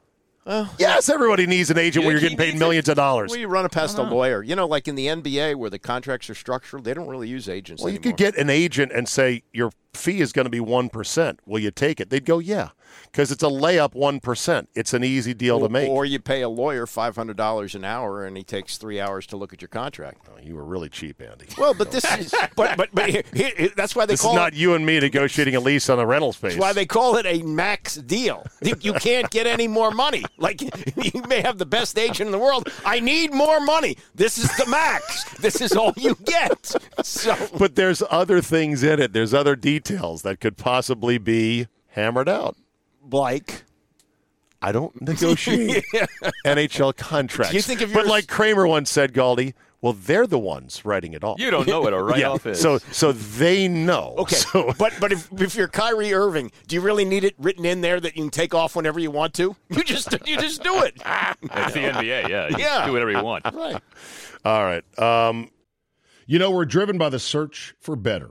[SPEAKER 9] Yes, everybody needs an agent
[SPEAKER 11] You
[SPEAKER 9] when
[SPEAKER 11] think
[SPEAKER 9] you're
[SPEAKER 11] he
[SPEAKER 9] getting paid
[SPEAKER 11] needs
[SPEAKER 9] millions of dollars.
[SPEAKER 10] Well, you run it past a
[SPEAKER 9] Uh-huh.
[SPEAKER 10] lawyer. You know, like in the NBA where the contracts are structured, they don't really use agents
[SPEAKER 9] Well, you
[SPEAKER 10] anymore.
[SPEAKER 9] could get an agent and say your fee is going to be one percent. Will you take it? They'd go, yeah, because it's a layup one percent. It's an easy deal to make.
[SPEAKER 10] Or you pay a lawyer five hundred dollars an hour, and he takes three hours to look at your contract.
[SPEAKER 9] Oh, you were really cheap, Andy.
[SPEAKER 10] Well, but this is but but but here- here- here- that's why they
[SPEAKER 9] This is
[SPEAKER 10] call
[SPEAKER 9] not
[SPEAKER 10] it,
[SPEAKER 9] you and me negotiating a lease on a rental space.
[SPEAKER 10] that's why they call it a max deal. You, you can't get any more money. Like you may have the best agent in the world. I need more money. This is the max. This is all you get. So
[SPEAKER 9] but there's other things in it. There's other details that could possibly be hammered out.
[SPEAKER 10] Blake.
[SPEAKER 9] I don't negotiate NHL contracts.
[SPEAKER 10] Do you think if
[SPEAKER 9] but
[SPEAKER 10] you're-
[SPEAKER 9] like Kramer once said, Galdi, well, they're the ones writing it all.
[SPEAKER 11] You don't know what a write off is.
[SPEAKER 9] So, so they know.
[SPEAKER 10] Okay,
[SPEAKER 9] So,
[SPEAKER 10] but but if, if you're Kyrie Irving, do you really need it written in there that you can take off whenever you want to? You just you just do it.
[SPEAKER 11] It's the NBA, yeah. You
[SPEAKER 10] Yeah.
[SPEAKER 11] Do whatever you want.
[SPEAKER 10] Right.
[SPEAKER 9] all right. Um,
[SPEAKER 12] You know, we're driven by the search for better.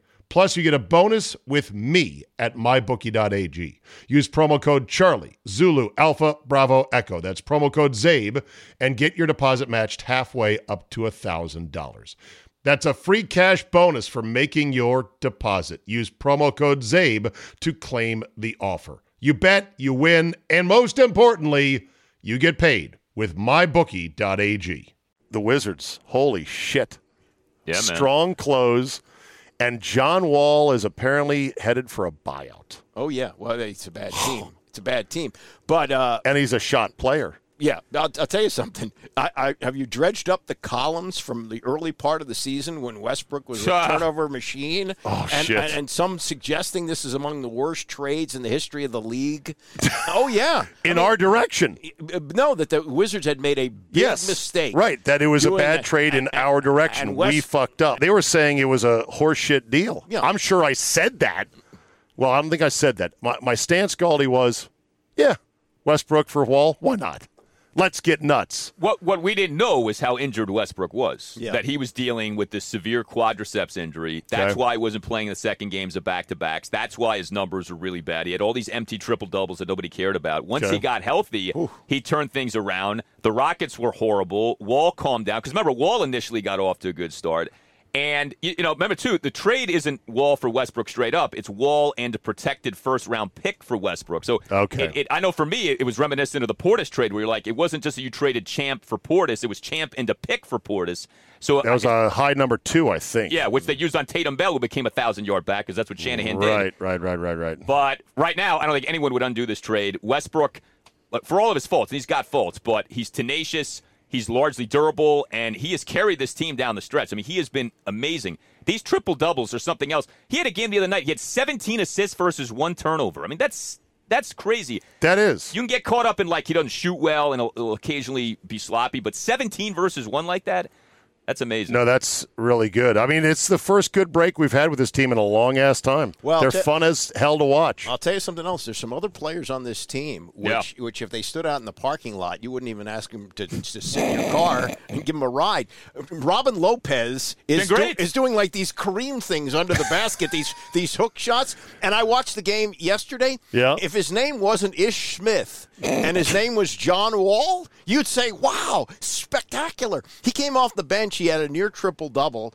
[SPEAKER 9] Plus, you get a bonus with me at mybookie.ag. Use promo code Charlie, Zulu, Alpha, Bravo, Echo. That's promo code ZABE and get your deposit matched halfway up to $1,000. That's a free cash bonus for making your deposit. Use promo code ZABE to claim the offer. You bet, you win, and most importantly, you get paid with mybookie.ag. The Wizards, holy shit.
[SPEAKER 11] Yeah, man.
[SPEAKER 9] Strong close, and John Wall is apparently headed for a buyout.
[SPEAKER 10] Oh yeah, well it's a bad team. It's a bad team, but uh,
[SPEAKER 9] and he's a shot player.
[SPEAKER 10] Yeah, I'll, I'll tell you something. I, I have you dredged up the columns from the early part of the season when Westbrook was a
[SPEAKER 9] Ah.
[SPEAKER 10] turnover machine,
[SPEAKER 9] Oh,
[SPEAKER 10] and,
[SPEAKER 9] shit.
[SPEAKER 10] and and some suggesting this is among the worst trades in the history of the league. oh yeah,
[SPEAKER 9] In our direction.
[SPEAKER 10] no, that the Wizards had made a big
[SPEAKER 9] Yes.
[SPEAKER 10] mistake.
[SPEAKER 9] Right, that it was a
[SPEAKER 10] doing
[SPEAKER 9] bad
[SPEAKER 10] that.
[SPEAKER 9] trade in our direction.
[SPEAKER 10] and West-
[SPEAKER 9] we fucked up. They were saying it was a horseshit deal. I'm sure I said that. Well, I don't think I said that. My, my stance, Galdi, was, yeah, Westbrook for Wall. Why not? Let's get nuts.
[SPEAKER 11] What what we didn't know was how injured Westbrook was. That he was dealing with this severe quadriceps injury. That's
[SPEAKER 9] Okay.
[SPEAKER 11] why he wasn't playing the second games of back to backs. That's why his numbers were really bad. He had all these empty triple doubles that nobody cared about. Once
[SPEAKER 9] Okay.
[SPEAKER 11] he got healthy, he turned things around. The Rockets were horrible. Wall calmed down because remember Wall initially got off to a good start. And you, you know, remember too, the trade isn't Wall for Westbrook straight up. It's Wall and a protected first round pick for Westbrook. So
[SPEAKER 9] Okay.
[SPEAKER 11] it, it, I know for me, it, it was reminiscent of the Portis trade, where you're like, it wasn't just that you traded Champ for Portis; it was Champ into pick for Portis. So
[SPEAKER 9] That was a high number two, I think.
[SPEAKER 11] yeah, which they used on Tatum Bell, who became a thousand yard back, because that's what Shanahan did.
[SPEAKER 9] right, right, right, right, right.
[SPEAKER 11] But right now, I don't think anyone would undo this trade. Westbrook, like, for all of his faults, and he's got faults, but he's tenacious, he's largely durable, and he has carried this team down the stretch. I mean, he has been amazing. These triple doubles are something else. He had a game the other night. He had 17 assists versus one turnover. I mean, that's that's crazy.
[SPEAKER 9] That is.
[SPEAKER 11] You can get caught up in like he doesn't shoot well and he'll, he'll occasionally be sloppy, but 17 versus one like that, that's amazing.
[SPEAKER 9] No, that's really good. I mean, it's the first good break we've had with this team in a long ass time.
[SPEAKER 10] Well,
[SPEAKER 9] they're
[SPEAKER 10] that-
[SPEAKER 9] fun as hell to watch.
[SPEAKER 10] I'll tell you something else. There's some other players on this team,
[SPEAKER 9] Yeah.
[SPEAKER 10] which, which if they stood out in the parking lot, you wouldn't even ask them to, to sit in your car and give them a ride. Robin Lopez is
[SPEAKER 11] Been great.
[SPEAKER 10] is doing like these Kareem things under the basket, these these hook shots. And I watched the game yesterday.
[SPEAKER 9] Yeah.
[SPEAKER 10] If his name wasn't Ish Smith and his name was John Wall, you'd say, "Wow, spectacular!" He came off the bench. He had a near triple double.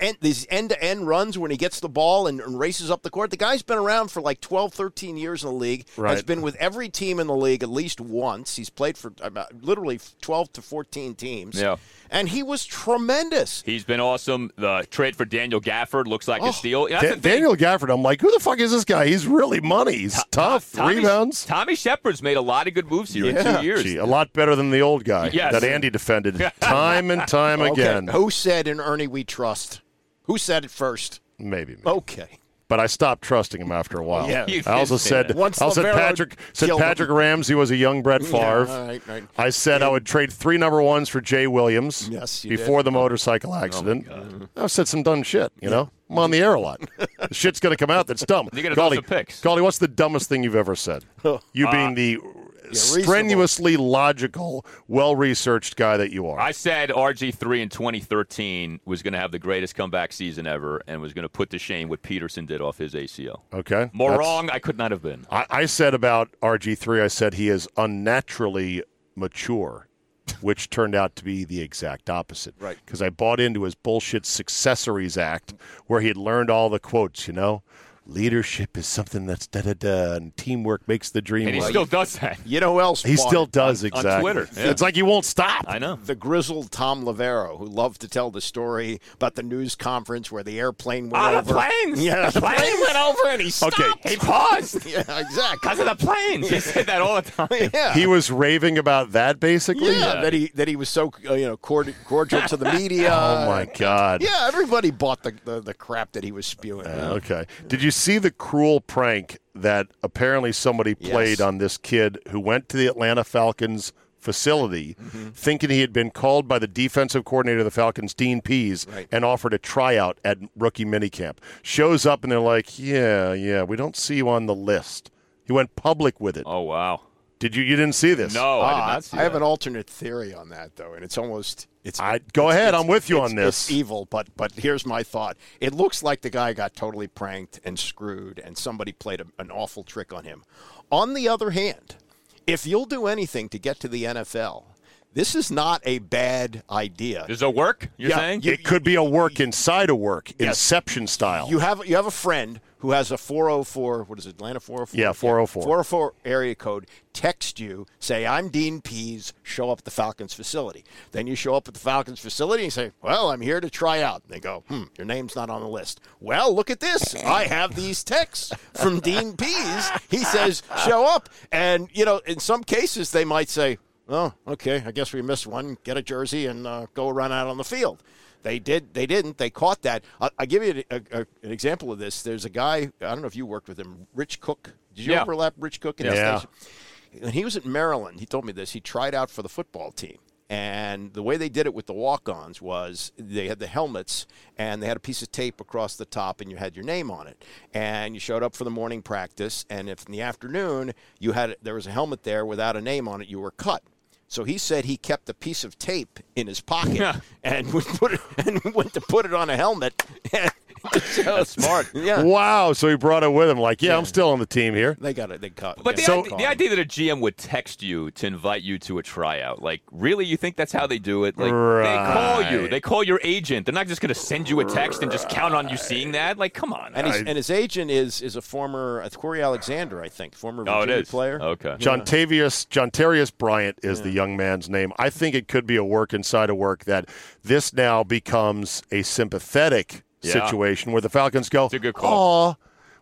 [SPEAKER 10] And these end-to-end runs when he gets the ball and, and races up the court. The guy's been around for like 12, 13 years in the league. Has
[SPEAKER 9] Right.
[SPEAKER 10] been with every team in the league at least once. He's played for uh, about, literally twelve to fourteen teams.
[SPEAKER 11] Yeah.
[SPEAKER 10] And he was tremendous.
[SPEAKER 11] He's been awesome. The trade for Daniel Gafford looks like a steal. And that's
[SPEAKER 9] Oh, Da-
[SPEAKER 11] the thing.
[SPEAKER 9] Daniel Gafford, I'm like, who the fuck is this guy? He's really money. He's tough.
[SPEAKER 11] Tommy-
[SPEAKER 9] Rebounds.
[SPEAKER 11] Tommy Shepard's made a lot of good moves here in
[SPEAKER 9] Yeah.
[SPEAKER 11] two years.
[SPEAKER 9] Gee, a lot better than the old guy
[SPEAKER 11] Yes.
[SPEAKER 9] that Andy defended time and time
[SPEAKER 10] Okay,
[SPEAKER 9] again.
[SPEAKER 10] Who said in Ernie we trust? Who said it first?
[SPEAKER 9] Maybe.
[SPEAKER 10] Okay.
[SPEAKER 9] But I stopped trusting him after a while.
[SPEAKER 10] Yeah. You
[SPEAKER 9] I also
[SPEAKER 10] did say
[SPEAKER 9] said
[SPEAKER 10] that. Once
[SPEAKER 9] I also said
[SPEAKER 10] Lavero
[SPEAKER 9] Patrick said
[SPEAKER 10] killed
[SPEAKER 9] Patrick
[SPEAKER 10] him.
[SPEAKER 9] Ramsey was a young Brett
[SPEAKER 10] Yeah,
[SPEAKER 9] Favre.
[SPEAKER 10] all right, right.
[SPEAKER 9] I said I would trade three number ones for Jay Williams
[SPEAKER 10] Yes, you did.
[SPEAKER 9] before the
[SPEAKER 11] Oh,
[SPEAKER 9] motorcycle accident. Mm-hmm. I've said some dumb shit, you know? I'm on the air a lot. The shit's going to come out that's dumb.
[SPEAKER 11] You gotta
[SPEAKER 9] Golly,
[SPEAKER 11] throw some picks.
[SPEAKER 9] Golly, what's the dumbest thing you've ever said? You
[SPEAKER 11] Uh,
[SPEAKER 9] being the strenuously logical, well researched guy that you are.
[SPEAKER 11] I said RG3 in 2013 was going to have the greatest comeback season ever and was going to put to shame what Peterson did off his ACL.
[SPEAKER 9] Okay?
[SPEAKER 11] More
[SPEAKER 9] That's-
[SPEAKER 11] wrong, I could not have been.
[SPEAKER 9] I, I said about RG3, I said he is unnaturally mature, which turned out to be the exact opposite. Right. Because I bought into his bullshit successories act where he had learned all the quotes, you know? Leadership is something that's da da da, and teamwork makes the dream
[SPEAKER 11] And he
[SPEAKER 9] work.
[SPEAKER 11] still does that.
[SPEAKER 10] You know who else?
[SPEAKER 9] He
[SPEAKER 10] bought
[SPEAKER 9] still
[SPEAKER 10] it?
[SPEAKER 9] does,
[SPEAKER 10] On- on
[SPEAKER 9] exactly.
[SPEAKER 10] Twitter, yeah.
[SPEAKER 9] It's like he won't stop.
[SPEAKER 11] I know.
[SPEAKER 10] The grizzled Tom Lavero, who loved to tell the story about the news conference where the airplane went
[SPEAKER 6] Ah, the
[SPEAKER 10] over.
[SPEAKER 6] planes!
[SPEAKER 10] Yeah,
[SPEAKER 6] The plane went
[SPEAKER 10] over and he
[SPEAKER 9] stopped.
[SPEAKER 10] He
[SPEAKER 11] paused.
[SPEAKER 10] yeah, exactly.
[SPEAKER 11] Because of the planes. He said that all the time.
[SPEAKER 10] Yeah.
[SPEAKER 9] He was raving about that, basically?
[SPEAKER 10] Yeah, that he that he was so uh, you know cordial, cordial to the media.
[SPEAKER 9] Oh, my God.
[SPEAKER 10] Yeah, everybody bought the, the, the crap that he was spewing.
[SPEAKER 9] Uh, Okay. Did you see the cruel prank that apparently somebody played on this kid who went to the Atlanta Falcons facility
[SPEAKER 10] Mm-hmm.
[SPEAKER 9] thinking he had been called by the defensive coordinator of the Falcons, Dean Pease, and offered a tryout at rookie minicamp? Shows up and they're like, yeah, yeah, we don't see you on the list. He went public with it.
[SPEAKER 11] Oh, wow.
[SPEAKER 9] Did you? You didn't see this?
[SPEAKER 10] Ah, I have an alternate theory on that though, and it's almost it's.
[SPEAKER 9] I, go
[SPEAKER 10] it's-
[SPEAKER 9] ahead.
[SPEAKER 10] it's-
[SPEAKER 9] I'm with you
[SPEAKER 10] it's-
[SPEAKER 9] on this.
[SPEAKER 10] It's e- evil, but but here's my thought. It looks like the guy got totally pranked and screwed, and somebody played a, an awful trick on him. On the other hand, if you'll do anything to get to the NFL, this is not a bad idea.
[SPEAKER 11] There's a work, you're
[SPEAKER 10] Yeah,
[SPEAKER 11] saying?
[SPEAKER 9] it could be a work inside a work, Inception style.
[SPEAKER 10] E- You have you have a friend who has a 404. What is it, Atlanta 404?
[SPEAKER 9] Yeah, 404.
[SPEAKER 10] 404 area code. Text you, say I'm Dean Pease. Show up at the Falcons facility. Then you show up at the Falcons facility and say, Well, I'm here to try out. And they go, Hmm, your name's not on the list. Well, look at this. I have these texts from Dean Pease. He says, Show up. And you know, in some cases, they might say. Oh, okay. I guess we missed one. Get a jersey and uh, go run out on the field. They did. They didn't. They caught that. I'll, I'll give you a, a, an example of this. There's a guy. I don't know if you worked with him, Rich Cook. Did you
[SPEAKER 12] Yeah.
[SPEAKER 10] overlap Rich Cook in
[SPEAKER 12] Yeah.
[SPEAKER 10] the station? When he was at Maryland, he told me this. He tried out for the football team. And the way they did it with the walk ons was they had the helmets and they had a piece of tape across the top and you had your name on it. And you showed up for the morning practice. And if in the afternoon you had there was a helmet there without a name on it, you were cut. So he said he kept a piece of tape in his pocket and would put it and went to put it on a helmet. That's smart. Yeah.
[SPEAKER 9] Wow. So he brought it with him. Like, yeah, I'm still on the team here.
[SPEAKER 10] They got it. They caught.
[SPEAKER 11] But the,
[SPEAKER 10] got
[SPEAKER 11] idea,
[SPEAKER 10] caught.
[SPEAKER 11] the idea that a GM would text you to invite you to a tryout, like, really, you think that's how they do it? Like, they call you,
[SPEAKER 10] Right.
[SPEAKER 11] they call your agent. They're not just going to send you a text and just count on you seeing that. Like, come on.
[SPEAKER 10] and, he's, and his agent is is a former uh, Corey Alexander, I think, former
[SPEAKER 11] Oh, it
[SPEAKER 10] Virginia
[SPEAKER 11] is.
[SPEAKER 10] player.
[SPEAKER 11] Okay.
[SPEAKER 9] John Tavius, John Terrius Bryant is the young man's name. I think it could be a work inside a work that this now becomes a sympathetic
[SPEAKER 12] Yeah.
[SPEAKER 9] situation where the Falcons go,
[SPEAKER 11] a good
[SPEAKER 9] "Aw,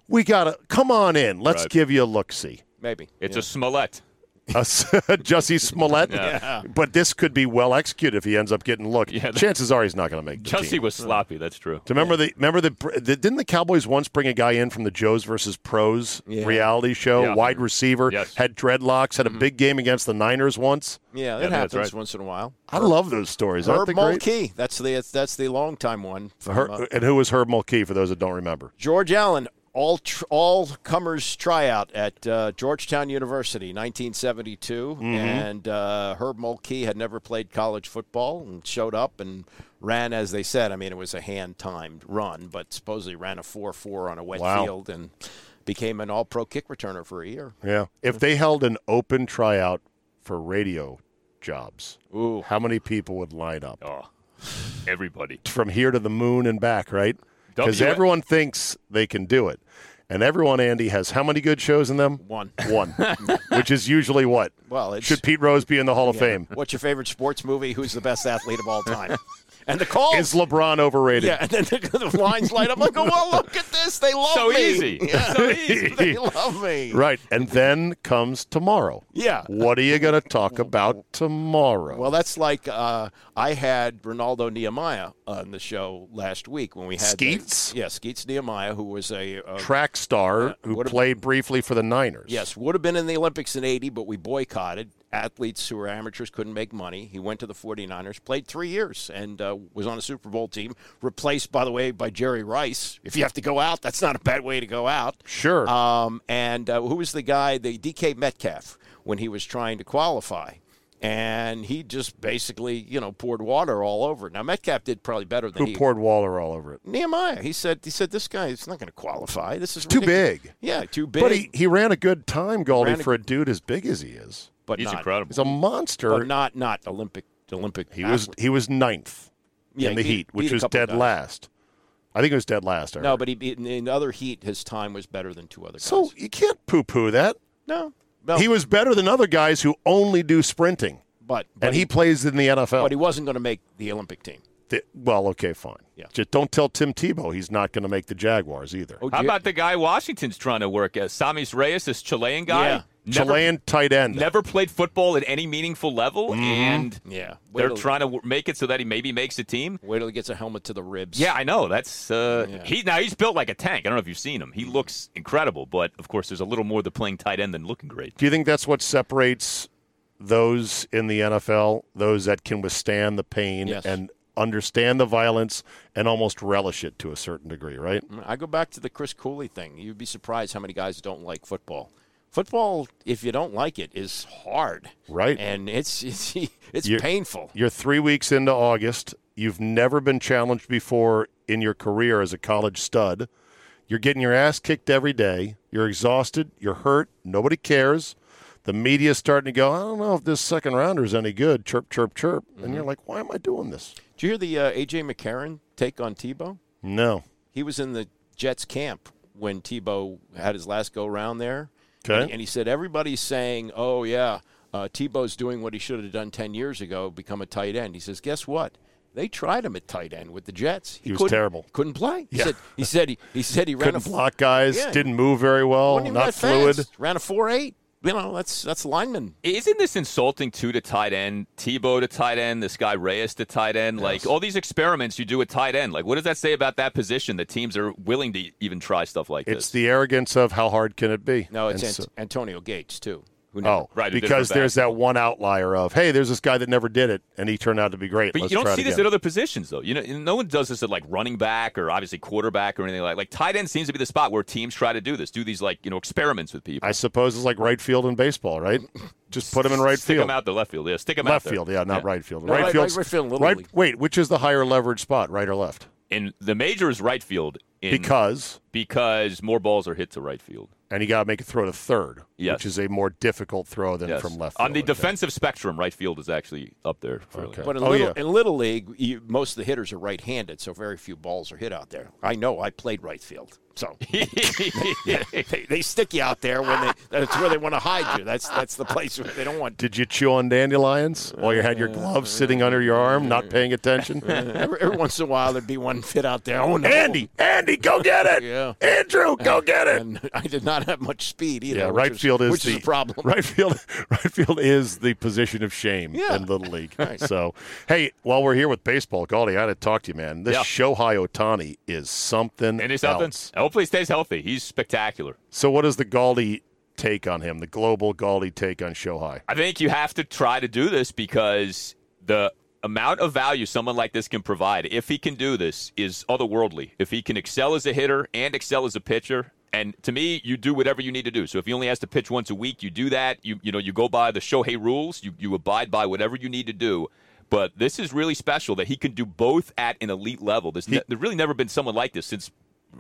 [SPEAKER 9] we gotta come on in. Let's
[SPEAKER 11] Right.
[SPEAKER 9] give you a look see."
[SPEAKER 10] Maybe
[SPEAKER 11] It's a Smollett.
[SPEAKER 9] Jussie Smollett,
[SPEAKER 11] Yeah.
[SPEAKER 9] but this could be well executed if he ends up getting look.
[SPEAKER 11] Yeah, that-
[SPEAKER 9] Chances are he's not going to make the
[SPEAKER 11] Jussie
[SPEAKER 9] team.
[SPEAKER 11] was sloppy. That's true.
[SPEAKER 9] Do you remember the remember the, the didn't the Cowboys once bring a guy in from the Joes versus Pros
[SPEAKER 10] Yeah.
[SPEAKER 9] reality show,
[SPEAKER 10] Yeah.
[SPEAKER 9] wide receiver, had dreadlocks,
[SPEAKER 11] Mm-hmm.
[SPEAKER 9] had a big game against the Niners once.
[SPEAKER 10] Yeah, that happens once in a while.
[SPEAKER 9] I love those stories. Aren't
[SPEAKER 10] Herb
[SPEAKER 9] they great?
[SPEAKER 10] Mulkey. That's the that's, that's the long time one. from,
[SPEAKER 9] Her-
[SPEAKER 10] uh,
[SPEAKER 9] and who was Herb Mulkey for those that don't remember?
[SPEAKER 10] George Allen, all tr- all comers tryout at uh, Georgetown University, 1972,
[SPEAKER 9] Mhm.
[SPEAKER 10] and uh, Herb Mulkey had never played college football and showed up and ran as they said. I mean, it was a hand timed run, but supposedly ran a four four on a wet
[SPEAKER 9] Wow.
[SPEAKER 10] field and became an All Pro kick returner for a year.
[SPEAKER 9] Yeah. If they held an open tryout for radio jobs, how many people would line up?
[SPEAKER 10] Oh.
[SPEAKER 11] Everybody.
[SPEAKER 9] From here to the moon and back, right? Because
[SPEAKER 11] W-
[SPEAKER 9] everyone thinks they can do it. And everyone, Andy, has how many good shows in them?
[SPEAKER 10] One.
[SPEAKER 9] One. Which is usually what?
[SPEAKER 10] Well, it's-
[SPEAKER 9] Should Pete Rose be in the Hall of
[SPEAKER 10] Yeah.
[SPEAKER 9] Fame?
[SPEAKER 10] What's your favorite sports movie? Who's the best athlete of all time? And the calls.
[SPEAKER 9] Is LeBron overrated?
[SPEAKER 10] Yeah, and then the, the lines light up. I'm like, oh, well, look at this. They love
[SPEAKER 9] So
[SPEAKER 10] me.
[SPEAKER 9] easy.
[SPEAKER 10] Yeah.
[SPEAKER 9] So easy.
[SPEAKER 10] they love me.
[SPEAKER 9] Right. And then comes tomorrow.
[SPEAKER 10] Yeah.
[SPEAKER 9] What are you going to talk about tomorrow?
[SPEAKER 10] Well, that's like uh, I had Ronaldo Nehemiah on the show last week when we had
[SPEAKER 9] Skeets?
[SPEAKER 10] The, yeah, Skeets Nehemiah, who was a, a
[SPEAKER 9] Track star who
[SPEAKER 10] what a-
[SPEAKER 9] played briefly for the Niners.
[SPEAKER 10] Yes, would have been in the Olympics in 80, but we boycotted. Athletes who were amateurs couldn't make money. He went to the 49ers, played three years, and uh, was on a Super Bowl team, replaced, by the way, by Jerry Rice. If you have to go out, that's not a bad way to go out.
[SPEAKER 9] Sure.
[SPEAKER 10] Um, and uh, who was the guy, the DK Metcalf, when he was trying to qualify? And he just basically, you know, poured water all over. it. Now, Metcalf did probably better than
[SPEAKER 9] Who
[SPEAKER 10] he
[SPEAKER 9] poured Waller all over it?
[SPEAKER 10] Nehemiah. He said, he said, this guy is not going to qualify. This is
[SPEAKER 9] Too
[SPEAKER 10] ridiculous."
[SPEAKER 9] big.
[SPEAKER 10] Yeah, too big.
[SPEAKER 9] But he, he ran a good time,
[SPEAKER 10] Ran
[SPEAKER 9] Goldie,
[SPEAKER 10] a-
[SPEAKER 9] for a dude as big as he is.
[SPEAKER 10] but not-
[SPEAKER 9] He's a monster.
[SPEAKER 10] But not not Olympic Olympic.
[SPEAKER 9] He was he was ninth
[SPEAKER 10] Yeah,
[SPEAKER 9] in the
[SPEAKER 10] he beat-
[SPEAKER 9] Heat, which
[SPEAKER 10] beat a
[SPEAKER 9] was
[SPEAKER 10] couple
[SPEAKER 9] dead
[SPEAKER 10] guys.
[SPEAKER 9] last. I think it was dead last. I
[SPEAKER 10] no, but he beat in, in other heat. His time was better than two other guys.
[SPEAKER 9] So you can't poo poo that.
[SPEAKER 10] no, no.
[SPEAKER 9] He was better than other guys who only do sprinting.
[SPEAKER 10] but but
[SPEAKER 9] And he uh, plays in the NFL.
[SPEAKER 10] but he wasn't going to make the Olympic team.
[SPEAKER 9] Th- well, okay, fine.
[SPEAKER 10] Yeah.
[SPEAKER 9] Just don't tell Tim Tebow he's not going to make the Jaguars either.
[SPEAKER 10] Oh,
[SPEAKER 11] How about the guy Washington's trying to work as? Samis Reyes, this Chilean guy.
[SPEAKER 9] Yeah.
[SPEAKER 11] Never-
[SPEAKER 9] Chilean tight end.
[SPEAKER 11] Never played football at any meaningful level, and
[SPEAKER 10] Yeah,
[SPEAKER 11] they're
[SPEAKER 10] till-
[SPEAKER 11] trying to w- make it so that he maybe makes a team.
[SPEAKER 10] Wait till he gets a helmet to the ribs.
[SPEAKER 11] Yeah, I know. That's uh,
[SPEAKER 10] Yeah.
[SPEAKER 11] he now he's built like a tank. I don't know if you've seen him. He looks incredible, but of course, there's a little more to playing tight end than looking great.
[SPEAKER 9] Do you think that's what separates those in the NFL, those that can withstand the pain
[SPEAKER 10] Yes.
[SPEAKER 9] and understand the violence and almost relish it to a certain degree, right?
[SPEAKER 10] I go back to the Chris Cooley thing. You'd be surprised how many guys don't like football. Football, if you don't like it, is hard.
[SPEAKER 9] Right.
[SPEAKER 10] And it's it's it's
[SPEAKER 9] You're-
[SPEAKER 10] painful.
[SPEAKER 9] You're three weeks into August. You've never been challenged before in your career as a college stud. You're getting your ass kicked every day. You're exhausted. You're hurt. Nobody cares. The media's starting to go, I don't know if this second rounder is any good. Chirp, chirp, chirp. And you're like, why am I doing this?
[SPEAKER 10] Did you hear the uh, AJ McCarron take on Tebow?
[SPEAKER 9] No.
[SPEAKER 10] He was in the Jets camp when Tebow had his last go round there.
[SPEAKER 9] Okay.
[SPEAKER 10] And, and he said, everybody's saying, oh, yeah, uh, Tebow's doing what he should have done 10 years ago, become a tight end. He says, guess what? They tried him at tight end with the Jets.
[SPEAKER 9] He was
[SPEAKER 10] couldn't-
[SPEAKER 9] terrible.
[SPEAKER 10] Couldn't play. He
[SPEAKER 9] Yeah.
[SPEAKER 10] said he said he, he said he ran
[SPEAKER 9] Couldn't
[SPEAKER 10] a f-
[SPEAKER 9] block guys.
[SPEAKER 10] Yeah.
[SPEAKER 9] Didn't move very well.
[SPEAKER 10] wasn't even
[SPEAKER 9] Not
[SPEAKER 10] that
[SPEAKER 9] fluid.
[SPEAKER 10] fast. Ran a four eight. You know that's that's lineman.
[SPEAKER 11] Isn't this insulting too to tight end? Tebow to tight end, this guy Reyes to tight end. Like all these experiments you do at tight end. Like what does that say about that position? The teams are willing to even try stuff like
[SPEAKER 9] It's
[SPEAKER 11] this.
[SPEAKER 9] the arrogance of how hard can it be?
[SPEAKER 10] No, it's
[SPEAKER 9] And
[SPEAKER 10] Ant-
[SPEAKER 9] so-
[SPEAKER 10] Antonio Gates too. Who
[SPEAKER 9] Oh,
[SPEAKER 11] Right, who did it
[SPEAKER 9] because
[SPEAKER 11] for back.
[SPEAKER 9] there's that one outlier of, hey, there's this guy that never did it, and he turned out to be great.
[SPEAKER 11] But
[SPEAKER 9] Let's
[SPEAKER 11] you don't
[SPEAKER 9] try it
[SPEAKER 11] see this
[SPEAKER 9] again.
[SPEAKER 11] at other positions though. You know, no one does this at like running back or obviously quarterback or anything like. Like tight end seems to be the spot where teams try to do this, do these like you know experiments with people.
[SPEAKER 9] I suppose it's like right field in baseball, right? Just put him in right
[SPEAKER 11] Stick
[SPEAKER 9] field.
[SPEAKER 11] them out the left field. Yeah, stick them out
[SPEAKER 9] left
[SPEAKER 11] there.
[SPEAKER 9] field, yeah, not right field.
[SPEAKER 10] No,
[SPEAKER 9] right,
[SPEAKER 10] right-
[SPEAKER 9] field's-
[SPEAKER 10] right- right field in Little League.
[SPEAKER 9] Wait, which is the higher leverage spot, right or left?
[SPEAKER 11] And the major is right field in,
[SPEAKER 9] because
[SPEAKER 11] because more balls are hit to right field.
[SPEAKER 9] and you got to make a throw to third,
[SPEAKER 11] Yes.
[SPEAKER 9] which is a more difficult throw than
[SPEAKER 11] Yes.
[SPEAKER 9] from left.
[SPEAKER 11] On the
[SPEAKER 9] field, I think.
[SPEAKER 11] defensive spectrum, right field is actually up there. fairly.
[SPEAKER 10] But in,
[SPEAKER 9] Oh,
[SPEAKER 10] little,
[SPEAKER 9] yeah.
[SPEAKER 10] in little league, you, most of the hitters are right-handed, so very few balls are hit out there. I know. I played right field, so they, they stick you out there when they. That's where they want to hide you. That's that's the place where they don't want.
[SPEAKER 9] Did you chew on dandelions while you had your gloves sitting under your arm, not paying attention?
[SPEAKER 10] Every, every once in a while, there'd be one fit out there. Oh no,
[SPEAKER 9] Andy, Andy, go get it!
[SPEAKER 10] Yeah.
[SPEAKER 9] Andrew, go get it!
[SPEAKER 10] And I did not have much speed either.
[SPEAKER 9] Yeah,
[SPEAKER 10] which
[SPEAKER 9] right
[SPEAKER 10] was-
[SPEAKER 9] field is
[SPEAKER 10] which
[SPEAKER 9] the
[SPEAKER 10] is a problem.
[SPEAKER 9] Right field, right field is the position of shame
[SPEAKER 10] Yeah.
[SPEAKER 9] in Little League.
[SPEAKER 10] Right.
[SPEAKER 9] So, hey, while we're here with baseball, Goldie, I had to talk to you, man. This
[SPEAKER 11] Yeah.
[SPEAKER 9] Shohei Otani is something
[SPEAKER 11] And he's something.
[SPEAKER 9] else.
[SPEAKER 11] Hopefully, he stays healthy. He's spectacular.
[SPEAKER 9] So, what is the Goldie take on him? The global Goldie take on Shohei?
[SPEAKER 11] I think you have to try to do this because the amount of value someone like this can provide, if he can do this, is otherworldly. If he can excel as a hitter and excel as a pitcher, and to me, you do whatever you need to do. So if he only has to pitch once a week, you do that. You you know you go by the Shohei rules. You you abide by whatever you need to do. But this is really special that he can do both at an elite level. There's, ne- there's really never been someone like this since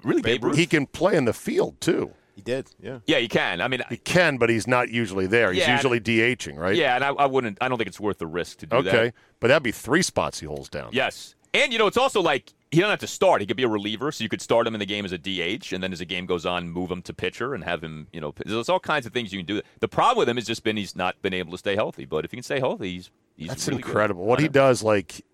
[SPEAKER 11] really Babe Ruth.
[SPEAKER 9] He can play in the field too.
[SPEAKER 10] He did. Yeah.
[SPEAKER 11] yeah, he can. I mean,
[SPEAKER 9] He can, but he's not usually there. He's
[SPEAKER 11] Yeah,
[SPEAKER 9] usually DHing, right?
[SPEAKER 11] yeah, and I, I wouldn't. I don't think it's worth the risk to do that.
[SPEAKER 9] Okay, but that'd be three spots he holds down.
[SPEAKER 11] Yes. And, you know, it's also like he doesn't have to start. He could be a reliever, so you could start him in the game as a DH, and then as the game goes on, move him to pitcher and have him, you know, p- there's all kinds of things you can do. The problem with him has just been he's not been able to stay healthy. But if he can stay healthy, he's, he's
[SPEAKER 9] That's
[SPEAKER 11] really good.
[SPEAKER 9] incredible. What
[SPEAKER 11] I
[SPEAKER 9] he
[SPEAKER 11] know.
[SPEAKER 9] does, like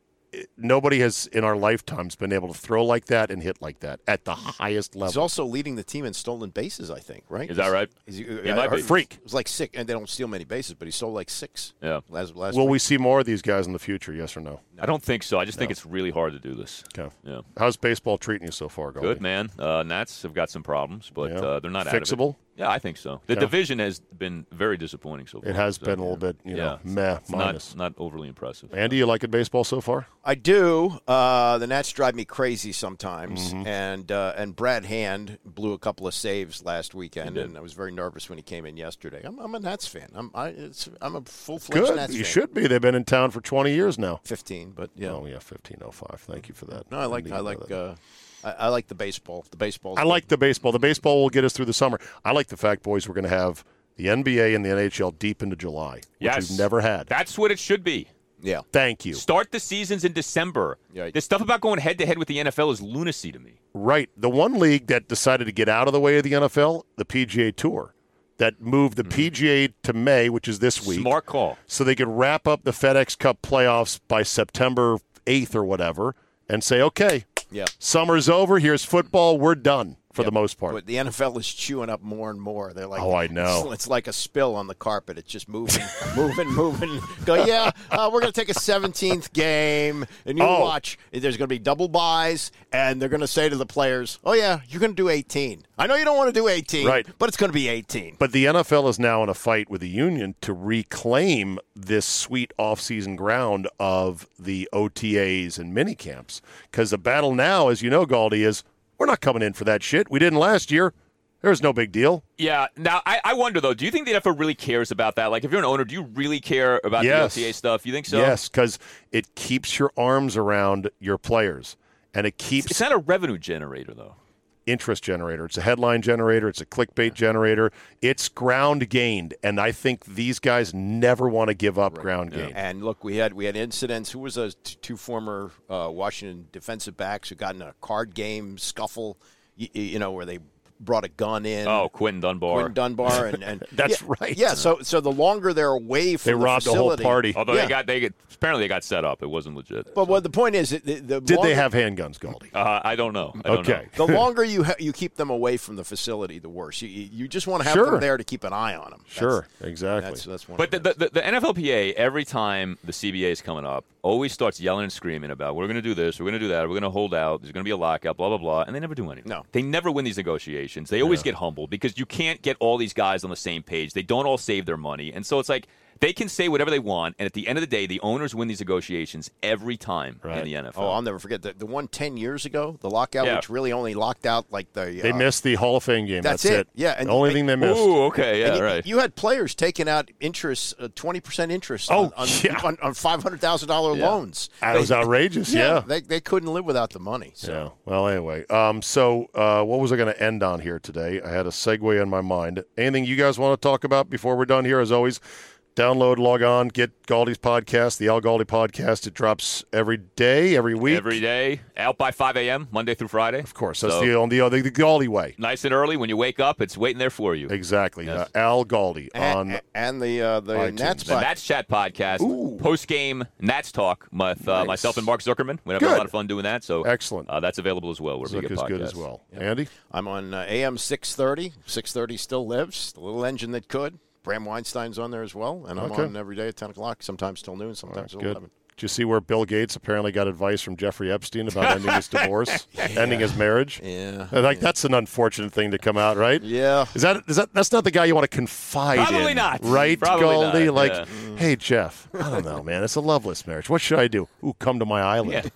[SPEAKER 9] nobody has in our lifetimes been able to throw like that and hit like that at the highest level.
[SPEAKER 10] He's also leading the team in stolen bases, I think, right?
[SPEAKER 11] Is that right?
[SPEAKER 10] He's, uh,
[SPEAKER 11] He
[SPEAKER 10] I
[SPEAKER 11] might
[SPEAKER 10] heard
[SPEAKER 11] be.
[SPEAKER 10] Freak. It was like six, and they don't steal many bases, but he stole like six.
[SPEAKER 11] Yeah.
[SPEAKER 10] Last, last
[SPEAKER 9] Will
[SPEAKER 10] week.
[SPEAKER 9] we see more of these guys in the future? Yes or no?
[SPEAKER 11] I don't think so. I just think
[SPEAKER 9] No.
[SPEAKER 11] it's really hard to do this.
[SPEAKER 9] Okay.
[SPEAKER 11] Yeah.
[SPEAKER 9] How's baseball treating you so far, Goldie?
[SPEAKER 11] Good man. Uh, Nats have got some problems, but
[SPEAKER 9] Yeah.
[SPEAKER 11] uh, they're not Out
[SPEAKER 9] Fixable?
[SPEAKER 11] of it. Yeah, I think so. The
[SPEAKER 9] Yeah.
[SPEAKER 11] division has been very disappointing so far.
[SPEAKER 9] It has
[SPEAKER 11] So,
[SPEAKER 9] been a little bit, you know, meh,
[SPEAKER 11] it's not-
[SPEAKER 9] minus.
[SPEAKER 11] Not, overly impressive.
[SPEAKER 9] Andy, you liking baseball so far?
[SPEAKER 10] I do. Uh, the Nats drive me crazy sometimes,
[SPEAKER 9] Mhm.
[SPEAKER 10] and uh, and Brad Hand blew a couple of saves last weekend,
[SPEAKER 9] did.
[SPEAKER 10] and I was very nervous when he came in yesterday. I'm, I'm a Nats fan. I'm I, it's, I'm a full fledged
[SPEAKER 9] Good.
[SPEAKER 10] Nats
[SPEAKER 9] You
[SPEAKER 10] fan.
[SPEAKER 9] should be. They've been in town for 20 years now.
[SPEAKER 10] 15, but yeah.
[SPEAKER 9] Oh, yeah, 1505. Thank you for that.
[SPEAKER 10] No, I like
[SPEAKER 9] Andy,
[SPEAKER 10] I
[SPEAKER 9] you know
[SPEAKER 10] like
[SPEAKER 9] that.
[SPEAKER 10] uh, I, I like the baseball. The baseball.
[SPEAKER 9] I like the baseball. The baseball will get us through the summer. I like the fact, boys, we're going to have the NBA and the NHL deep into July, which
[SPEAKER 11] Yes.
[SPEAKER 9] we've never had.
[SPEAKER 11] That's what it should be.
[SPEAKER 10] Yeah.
[SPEAKER 9] Thank you.
[SPEAKER 11] Start the seasons in December.
[SPEAKER 10] Yeah.
[SPEAKER 11] The stuff about going head to head with the NFL is lunacy to me.
[SPEAKER 9] Right. The one league that decided to get out of the way of the NFL, the PGA Tour, that moved the PGA to May, which is this week.
[SPEAKER 11] Hmm. Smart call.
[SPEAKER 9] So they could wrap up the FedEx Cup playoffs by September 8th or whatever and say, okay,
[SPEAKER 10] Yeah.
[SPEAKER 9] summer's over. Here's football. We're done for the most part.
[SPEAKER 10] But the NFL is chewing up more and more. They're like,
[SPEAKER 9] Oh, I know.
[SPEAKER 10] It's, it's like a spill on the carpet. It's just moving, moving, moving. Go, yeah, uh, we're going to take a 17th game, and you
[SPEAKER 9] Oh.
[SPEAKER 10] watch. There's going to be double buys, and they're going to say to the players, "Oh yeah, you're going to do 18. I know you don't want to do 18,
[SPEAKER 9] Right.
[SPEAKER 10] But it's going to be 18."
[SPEAKER 9] But the NFL is now in a fight with the union to reclaim this sweet offseason ground of the OTAs and mini camps. Because the battle now, as you know, Galdi, is we're not coming in for that shit. We didn't last year. There was no big deal.
[SPEAKER 11] Yeah. Now, I, I wonder, though, do you think the NFL really cares about that? Like, if you're an owner, do you really care about
[SPEAKER 9] Yes.
[SPEAKER 11] the OTA stuff? You think so?
[SPEAKER 9] Yes, because it keeps your arms around your players and it keeps
[SPEAKER 11] It's not a revenue generator, though.
[SPEAKER 9] interest generator. It's a headline generator. It's a clickbait generator. It's ground gained. And I think these guys never want to give up ground gain.
[SPEAKER 10] And look, we had we had incidents. Who was those t- two former uh, Washington defensive backs who got in a card game scuffle? You, you know where they brought a gun in.
[SPEAKER 11] Oh, Quentin Dunbar.
[SPEAKER 10] Quentin Dunbar and, and
[SPEAKER 9] That's
[SPEAKER 10] yeah,
[SPEAKER 9] right.
[SPEAKER 10] Yeah, so so the longer they're away from
[SPEAKER 9] They
[SPEAKER 10] the
[SPEAKER 9] robbed the whole
[SPEAKER 10] facility-
[SPEAKER 9] party.
[SPEAKER 11] Although
[SPEAKER 10] yeah.
[SPEAKER 11] they got, they get, apparently they got set up. It wasn't legit.
[SPEAKER 10] But what the point is, that the, the
[SPEAKER 9] Did
[SPEAKER 10] longer,
[SPEAKER 9] they have handguns, Galdi?
[SPEAKER 11] Uh, I don't know. I don't
[SPEAKER 9] Okay.
[SPEAKER 11] know.
[SPEAKER 10] the longer you ha- you keep them away from the facility, the worse. You you you just want to have
[SPEAKER 9] Sure.
[SPEAKER 10] them there to keep an eye on them.
[SPEAKER 9] Sure, exactly.
[SPEAKER 10] That's uh, that's one.
[SPEAKER 11] But
[SPEAKER 10] But
[SPEAKER 11] the, the, the, the NFLPA, every time the CBA is coming up, always starts yelling and screaming about we're going to do this, we're going to do that, we're going to hold out, there's going to be a lockout, blah, blah, blah. And they never do anything.
[SPEAKER 10] No.
[SPEAKER 11] They never win these negotiations. They always get humbled because you can't get all these guys on the same page. They don't all save their money. And so it's like they can say whatever they want. And at the end of the day, the owners win these negotiations every time in the NFL.
[SPEAKER 10] oh, I'll never forget the, the one 10 years ago, the lockout,
[SPEAKER 11] Yeah.
[SPEAKER 10] which really only locked out like the
[SPEAKER 9] They
[SPEAKER 10] uh,
[SPEAKER 9] missed the Hall of Fame game.
[SPEAKER 10] That's
[SPEAKER 9] That's,
[SPEAKER 10] it. Yeah, and
[SPEAKER 9] the only
[SPEAKER 10] they-
[SPEAKER 9] thing they missed.
[SPEAKER 11] Ooh, okay.
[SPEAKER 10] And
[SPEAKER 11] Yeah,
[SPEAKER 10] you,
[SPEAKER 11] right.
[SPEAKER 10] You had players taking out interest, uh, twenty percent interest.
[SPEAKER 9] Oh,
[SPEAKER 10] on, on,
[SPEAKER 9] yeah.
[SPEAKER 10] on, on five hundred thousand dollar
[SPEAKER 11] Yeah.
[SPEAKER 10] loans.
[SPEAKER 9] That was outrageous. Yeah.
[SPEAKER 10] they, they couldn't live without the money. So.
[SPEAKER 9] Yeah. Well, anyway, um, so uh, what was I going to end on here today? I had a segue in my mind. Anything you guys want to talk about before we're done here? As always, download, log on, get Galdi's podcast, the Al Galdi podcast. It drops every day, every week.
[SPEAKER 11] every day, out by 5 a.m., Monday through Friday.
[SPEAKER 9] of course, that's
[SPEAKER 11] So-
[SPEAKER 9] the on the, uh, the the Galdi way.
[SPEAKER 11] Nice and early. When you wake up, it's waiting there for you.
[SPEAKER 9] Exactly. Uh, Al Galdi on.
[SPEAKER 10] And, and the uh, the
[SPEAKER 9] iTunes.
[SPEAKER 10] Nats
[SPEAKER 11] The
[SPEAKER 10] pod-
[SPEAKER 11] Nats Chat podcast, post game Nats talk with uh, myself and Mark Zuckerman. We have a
[SPEAKER 9] Good.
[SPEAKER 11] lot of fun doing that. So
[SPEAKER 9] Excellent.
[SPEAKER 11] Uh, that's available as well. Where we
[SPEAKER 9] Zuck
[SPEAKER 11] get
[SPEAKER 9] is
[SPEAKER 11] podcasts.
[SPEAKER 9] good as well. Andy?
[SPEAKER 10] I'm on uh, AM six thirty. Six thirty still lives. The little engine that could. Bram Weinstein's on there as well, and I'm
[SPEAKER 9] Okay.
[SPEAKER 10] on every day at ten o'clock. Sometimes till noon. Sometimes till
[SPEAKER 9] Good.
[SPEAKER 10] eleven.
[SPEAKER 9] Did you see where Bill Gates apparently got advice from Jeffrey Epstein about ending his divorce, ending his marriage?
[SPEAKER 10] Yeah.
[SPEAKER 9] And, Like that's an unfortunate thing to come out, right?
[SPEAKER 10] Yeah.
[SPEAKER 9] Is that is that that's not the guy you want to confide in?
[SPEAKER 11] Probably not.
[SPEAKER 9] right,
[SPEAKER 11] Probably not,
[SPEAKER 9] Goldie? Like,
[SPEAKER 11] yeah.
[SPEAKER 9] hey Jeff, I don't know, man. It's a loveless marriage. What should I do? Ooh, come to my island.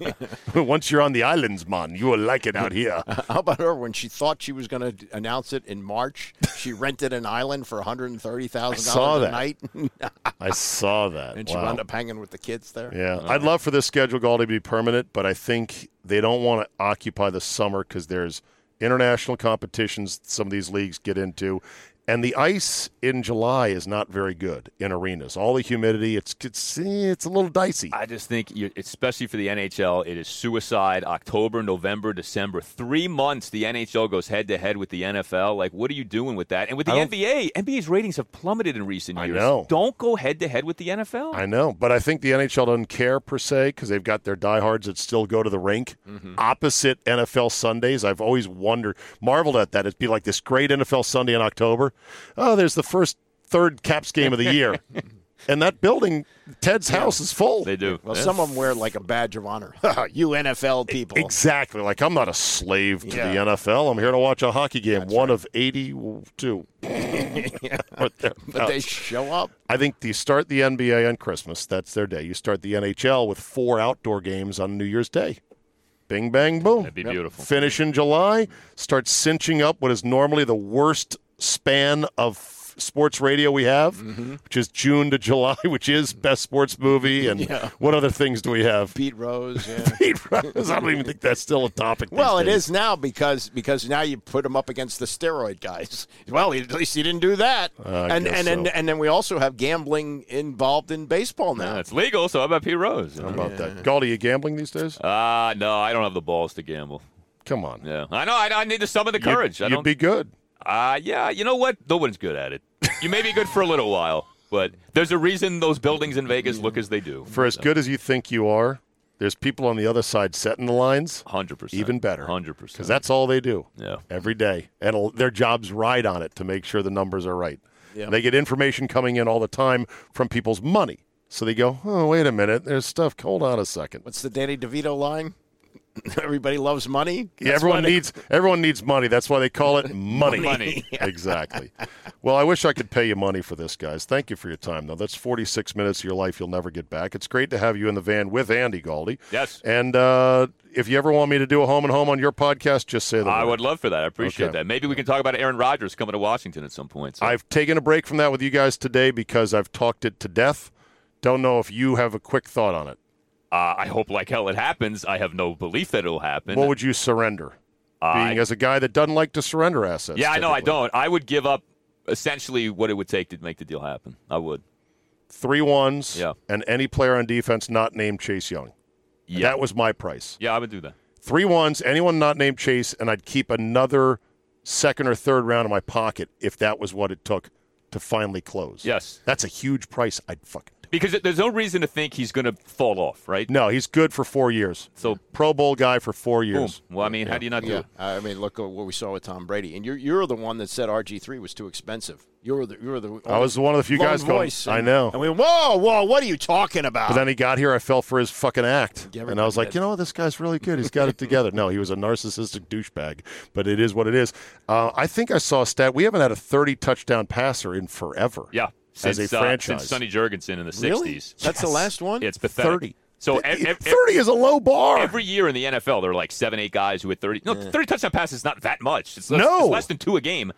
[SPEAKER 9] Once you're on the islands, man, you will like it out here.
[SPEAKER 10] How about her when she thought she was going to announce it in March? She rented an island for one hundred and thirty thousand
[SPEAKER 9] I saw
[SPEAKER 10] dollars a
[SPEAKER 9] that.
[SPEAKER 10] night,
[SPEAKER 9] I saw that.
[SPEAKER 10] and she
[SPEAKER 9] Wow.
[SPEAKER 10] wound up hanging with the kids there.
[SPEAKER 9] Yeah, I'd love for this schedule Gaul to be permanent, but I think they don't want to occupy the summer because there's international competitions some of these leagues get into, And the ice in July is not very good in arenas. All the humidity, it's it's, eh, it's a little dicey.
[SPEAKER 11] I just think, you, especially for the NHL, it is suicide. October, November, December, three months. The NHL goes head to head with the NFL. Like, what are you doing with that? And with the
[SPEAKER 9] I don't-
[SPEAKER 11] NBA, NBA's ratings have plummeted in recent years.
[SPEAKER 9] know.
[SPEAKER 11] Don't go head to head with the NFL.
[SPEAKER 9] I know, but I think the NHL doesn't care per se because they've got their diehards that still go to the rink.
[SPEAKER 11] Mhm.
[SPEAKER 9] Opposite NFL Sundays, I've always wondered, marveled at that. It'd be like this great NFL Sunday in October. Oh, there's the first third Caps game of the year, and that building, Ted's house, is full. They
[SPEAKER 11] do.
[SPEAKER 10] Well, some of them wear like a badge of honor. you NFL people.
[SPEAKER 9] Exactly. Like I'm not a slave to the
[SPEAKER 10] Yeah.
[SPEAKER 9] NFL. I'm here to watch a hockey game, one of 82. But they're
[SPEAKER 10] But they
[SPEAKER 9] not.
[SPEAKER 10] show up.
[SPEAKER 9] I think you start the NBA on Christmas. That's their day. You start the NHL with four outdoor games on New Year's Day. Bing, bang, boom. That'd
[SPEAKER 11] be beautiful.
[SPEAKER 9] Finish in July. Start cinching up what is normally the worst span of sports radio we have,
[SPEAKER 11] Mm-hmm.
[SPEAKER 9] which is June to July, which is best sports movie. And
[SPEAKER 10] Yeah.
[SPEAKER 9] what other things do we have?
[SPEAKER 10] Pete Rose. Yeah.
[SPEAKER 9] Pete Rose. I don't even think that's still a topic. these
[SPEAKER 10] Well, it
[SPEAKER 9] days.
[SPEAKER 10] is now because because now you put him up against the steroid guys. Well, at least he didn't do that.
[SPEAKER 9] I
[SPEAKER 10] and
[SPEAKER 9] guess
[SPEAKER 10] and, and
[SPEAKER 9] so.
[SPEAKER 10] and then we also have gambling involved in baseball now.
[SPEAKER 11] Yeah, it's legal, so how about Pete Rose?
[SPEAKER 9] How about that? Gaul, are you gambling these days?
[SPEAKER 11] Uh, no, I don't have the balls to gamble.
[SPEAKER 9] Come on.
[SPEAKER 11] Yeah, I know. I, I need to summon the courage. I
[SPEAKER 9] You'd,
[SPEAKER 11] don't.
[SPEAKER 9] you'd be good.
[SPEAKER 11] Uh, yeah, you know what? No one's good at it. You may be good for a little while, but there's a reason those buildings in Vegas look as they do.
[SPEAKER 9] For as good as you think you are, there's people on the other side setting the lines.
[SPEAKER 11] 100%.
[SPEAKER 9] Even better.
[SPEAKER 11] 100%.
[SPEAKER 9] Because that's all they do.
[SPEAKER 11] Yeah.
[SPEAKER 9] Every day. And it'll- their jobs ride on it to make sure the numbers are right.
[SPEAKER 10] Yeah.
[SPEAKER 9] They get information coming in all the time from people's money. So they go, oh, wait a minute. There's stuff. Hold on a second.
[SPEAKER 10] What's the Danny DeVito line? Everybody loves money.
[SPEAKER 9] Yeah,
[SPEAKER 10] That's why
[SPEAKER 9] everyone
[SPEAKER 10] they-
[SPEAKER 9] needs everyone needs money. That's why they call it money.
[SPEAKER 10] Money.
[SPEAKER 9] exactly. Well, I wish I could pay you money for this, guys. Thank you for your time, though. That's 46 minutes of your life you'll never get back. It's great to have you in the van with Andy Galdi.
[SPEAKER 11] Yes.
[SPEAKER 9] And uh, if you ever want me to do a home and home on your podcast, just say the
[SPEAKER 11] I
[SPEAKER 9] word.
[SPEAKER 11] would love for that. I appreciate
[SPEAKER 9] Okay.
[SPEAKER 11] that. Maybe we can talk about Aaron Rodgers coming to Washington at some point. So.
[SPEAKER 9] I've taken a break from that with you guys today because I've talked it to death. Don't know if you have a quick thought on it.
[SPEAKER 11] Uh, I hope like hell it happens. I have no belief that it'll happen.
[SPEAKER 9] What would you surrender?
[SPEAKER 11] I-
[SPEAKER 9] Being as a guy that doesn't like to surrender assets.
[SPEAKER 11] yeah, I know. I
[SPEAKER 9] typically.
[SPEAKER 11] don't. I would give up essentially what it would take to make the deal happen. I would.
[SPEAKER 9] Three ones
[SPEAKER 11] Yeah.
[SPEAKER 9] and any player on defense not named Chase Young.
[SPEAKER 11] Yeah.
[SPEAKER 9] That was my price.
[SPEAKER 11] Yeah, I would do that.
[SPEAKER 9] Three ones, anyone not named Chase, and I'd keep another second or third round in my pocket if that was what it took to finally close.
[SPEAKER 11] Yes.
[SPEAKER 9] That's a huge price. I'd fucking.
[SPEAKER 11] Because there's no reason to think he's going to fall off, right?
[SPEAKER 9] No, he's good for four years.
[SPEAKER 11] So
[SPEAKER 9] Pro Bowl guy for four
[SPEAKER 11] boom.
[SPEAKER 9] years.
[SPEAKER 11] Well, I mean, how do you not do
[SPEAKER 10] Yeah,
[SPEAKER 11] it?
[SPEAKER 10] I mean, look at what we saw with Tom Brady, and you're you're the one that said RG three was too expensive. You were the you were the
[SPEAKER 9] I was one of the few
[SPEAKER 10] lone
[SPEAKER 9] guys going,
[SPEAKER 10] voice,
[SPEAKER 9] "I
[SPEAKER 10] and-
[SPEAKER 9] know."
[SPEAKER 10] And we whoa whoa what are you talking about?
[SPEAKER 9] But then he got here. I fell for his fucking act,
[SPEAKER 10] Yeah,
[SPEAKER 9] and I was
[SPEAKER 10] everybody
[SPEAKER 9] like,
[SPEAKER 10] did.
[SPEAKER 9] you know what, this guy's really good. He's got it together. No, he was a narcissistic douchebag, but it is what it is. Uh, I think I saw a stat. We haven't had a thirty touchdown passer in forever.
[SPEAKER 11] Yeah. Since,
[SPEAKER 9] as a
[SPEAKER 11] uh,
[SPEAKER 9] franchise,
[SPEAKER 11] since Sonny Jurgensen in the 60s.
[SPEAKER 10] Really? That's the last one?
[SPEAKER 11] Yeah, it's pathetic.
[SPEAKER 9] 30.
[SPEAKER 11] So ev- ev- ev-
[SPEAKER 9] thirty is a low bar.
[SPEAKER 11] Every year in the NFL, there are like seven, eight guys who hit 30. No, 30 touchdown passes is not that much. It's less,
[SPEAKER 9] No.
[SPEAKER 11] it's less than two a game.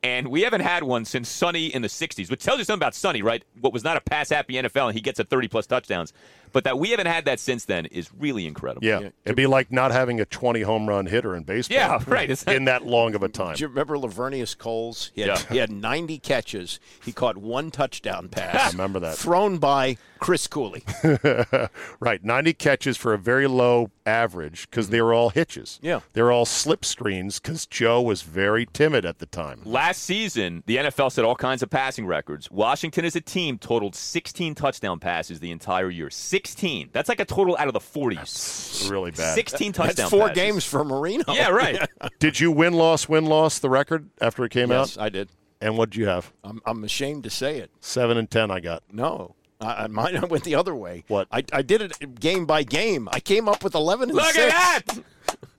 [SPEAKER 11] And we haven't had one since Sonny in the 60s, which tells you something about Sonny, right? What was not a pass happy NFL, and he gets a 30 plus touchdowns. But that we haven't had that since then is really incredible.
[SPEAKER 9] yeah, it'd be like not having a twenty home run hitter in baseball.
[SPEAKER 11] Yeah, right. It's-
[SPEAKER 9] in that long of a time.
[SPEAKER 10] Do you remember Lavernius Coles? He had,
[SPEAKER 11] Yeah.
[SPEAKER 10] he had 90 catches. He caught one touchdown pass.
[SPEAKER 9] I remember that.
[SPEAKER 10] Thrown by Chris Cooley.
[SPEAKER 9] right, 90 catches for a very low average because they were all hitches.
[SPEAKER 10] Yeah.
[SPEAKER 9] They were all slip screens because Joe was very timid at the time.
[SPEAKER 11] Last season, the NFL set all kinds of passing records. Washington as a team totaled 16 touchdown passes the entire year. 16. That's like a total out of the 40s.
[SPEAKER 9] Really bad.
[SPEAKER 11] 16 touchdown
[SPEAKER 10] That's four
[SPEAKER 11] passes.
[SPEAKER 10] games for Marino.
[SPEAKER 11] Yeah, right.
[SPEAKER 9] Did you win, loss, win, loss the record after it came
[SPEAKER 10] Yes,
[SPEAKER 9] out?
[SPEAKER 10] I did.
[SPEAKER 9] And what'd you have?
[SPEAKER 10] I'm, I'm ashamed to say it.
[SPEAKER 9] Seven and 10, I got.
[SPEAKER 10] No. I, I, mine I went the other way.
[SPEAKER 9] What?
[SPEAKER 10] I, I did it game by game. I came up with 11 and
[SPEAKER 11] Look
[SPEAKER 10] 6.
[SPEAKER 11] at that!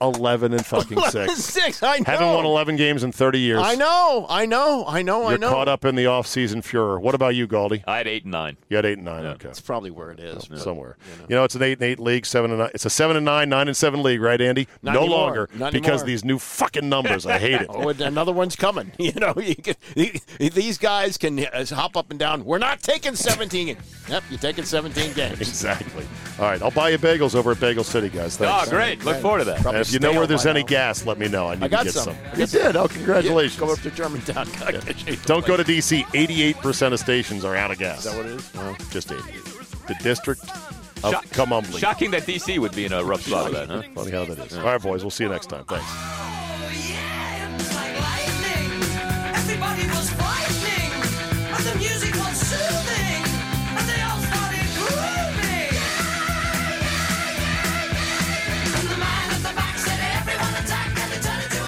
[SPEAKER 9] 11 and fucking
[SPEAKER 10] 11 and
[SPEAKER 9] 6.
[SPEAKER 10] 6. I know.
[SPEAKER 9] Haven't won 11 games in 30 years.
[SPEAKER 10] I know. I know. I know.
[SPEAKER 9] You're
[SPEAKER 10] I know.
[SPEAKER 9] caught up in the offseason furor. What about you, Galdi?
[SPEAKER 11] I had 8 and 9.
[SPEAKER 9] You had 8 and 9. Okay.
[SPEAKER 10] That's probably where it is.
[SPEAKER 9] Somewhere, you know, it's an eight and eight league, seven and nine. It's a seven and nine, nine and seven league, right, Andy?
[SPEAKER 10] Not
[SPEAKER 9] no
[SPEAKER 10] anymore.
[SPEAKER 9] longer
[SPEAKER 10] Not
[SPEAKER 9] because
[SPEAKER 10] anymore.
[SPEAKER 9] these new fucking numbers. I hate it.
[SPEAKER 10] Oh, and another one's coming. You know, you can, these guys can uh, hop up and down. We're not taking 17. Yep, you're taking 17 games.
[SPEAKER 9] Exactly. All right. I'll buy you bagels over at Bagel City, guys. Thanks.
[SPEAKER 11] Oh, great. Look forward to that.
[SPEAKER 10] Probably
[SPEAKER 9] That's If you know where there's any gas, let me know. I need
[SPEAKER 10] I got
[SPEAKER 9] to get
[SPEAKER 10] some.
[SPEAKER 9] some.
[SPEAKER 10] I
[SPEAKER 9] You
[SPEAKER 10] got some.
[SPEAKER 9] did. Oh, congratulations.
[SPEAKER 10] Yeah, go up to Germantown.
[SPEAKER 9] Don't go to D.C. 88% of stations are out of gas.
[SPEAKER 10] Is that what it is?
[SPEAKER 9] No, just 88. The district of
[SPEAKER 11] Shock-
[SPEAKER 9] Cumumbly.
[SPEAKER 11] Shocking that DC would be in a rough spot with that, huh?
[SPEAKER 9] Funny how that is. All right, boys. We'll see you next time. Thanks.
[SPEAKER 6] Oh, Everybody was frightening, but the music was soothing, and they all started grooving. And the man at the back said, "Everyone attack!" And they turned into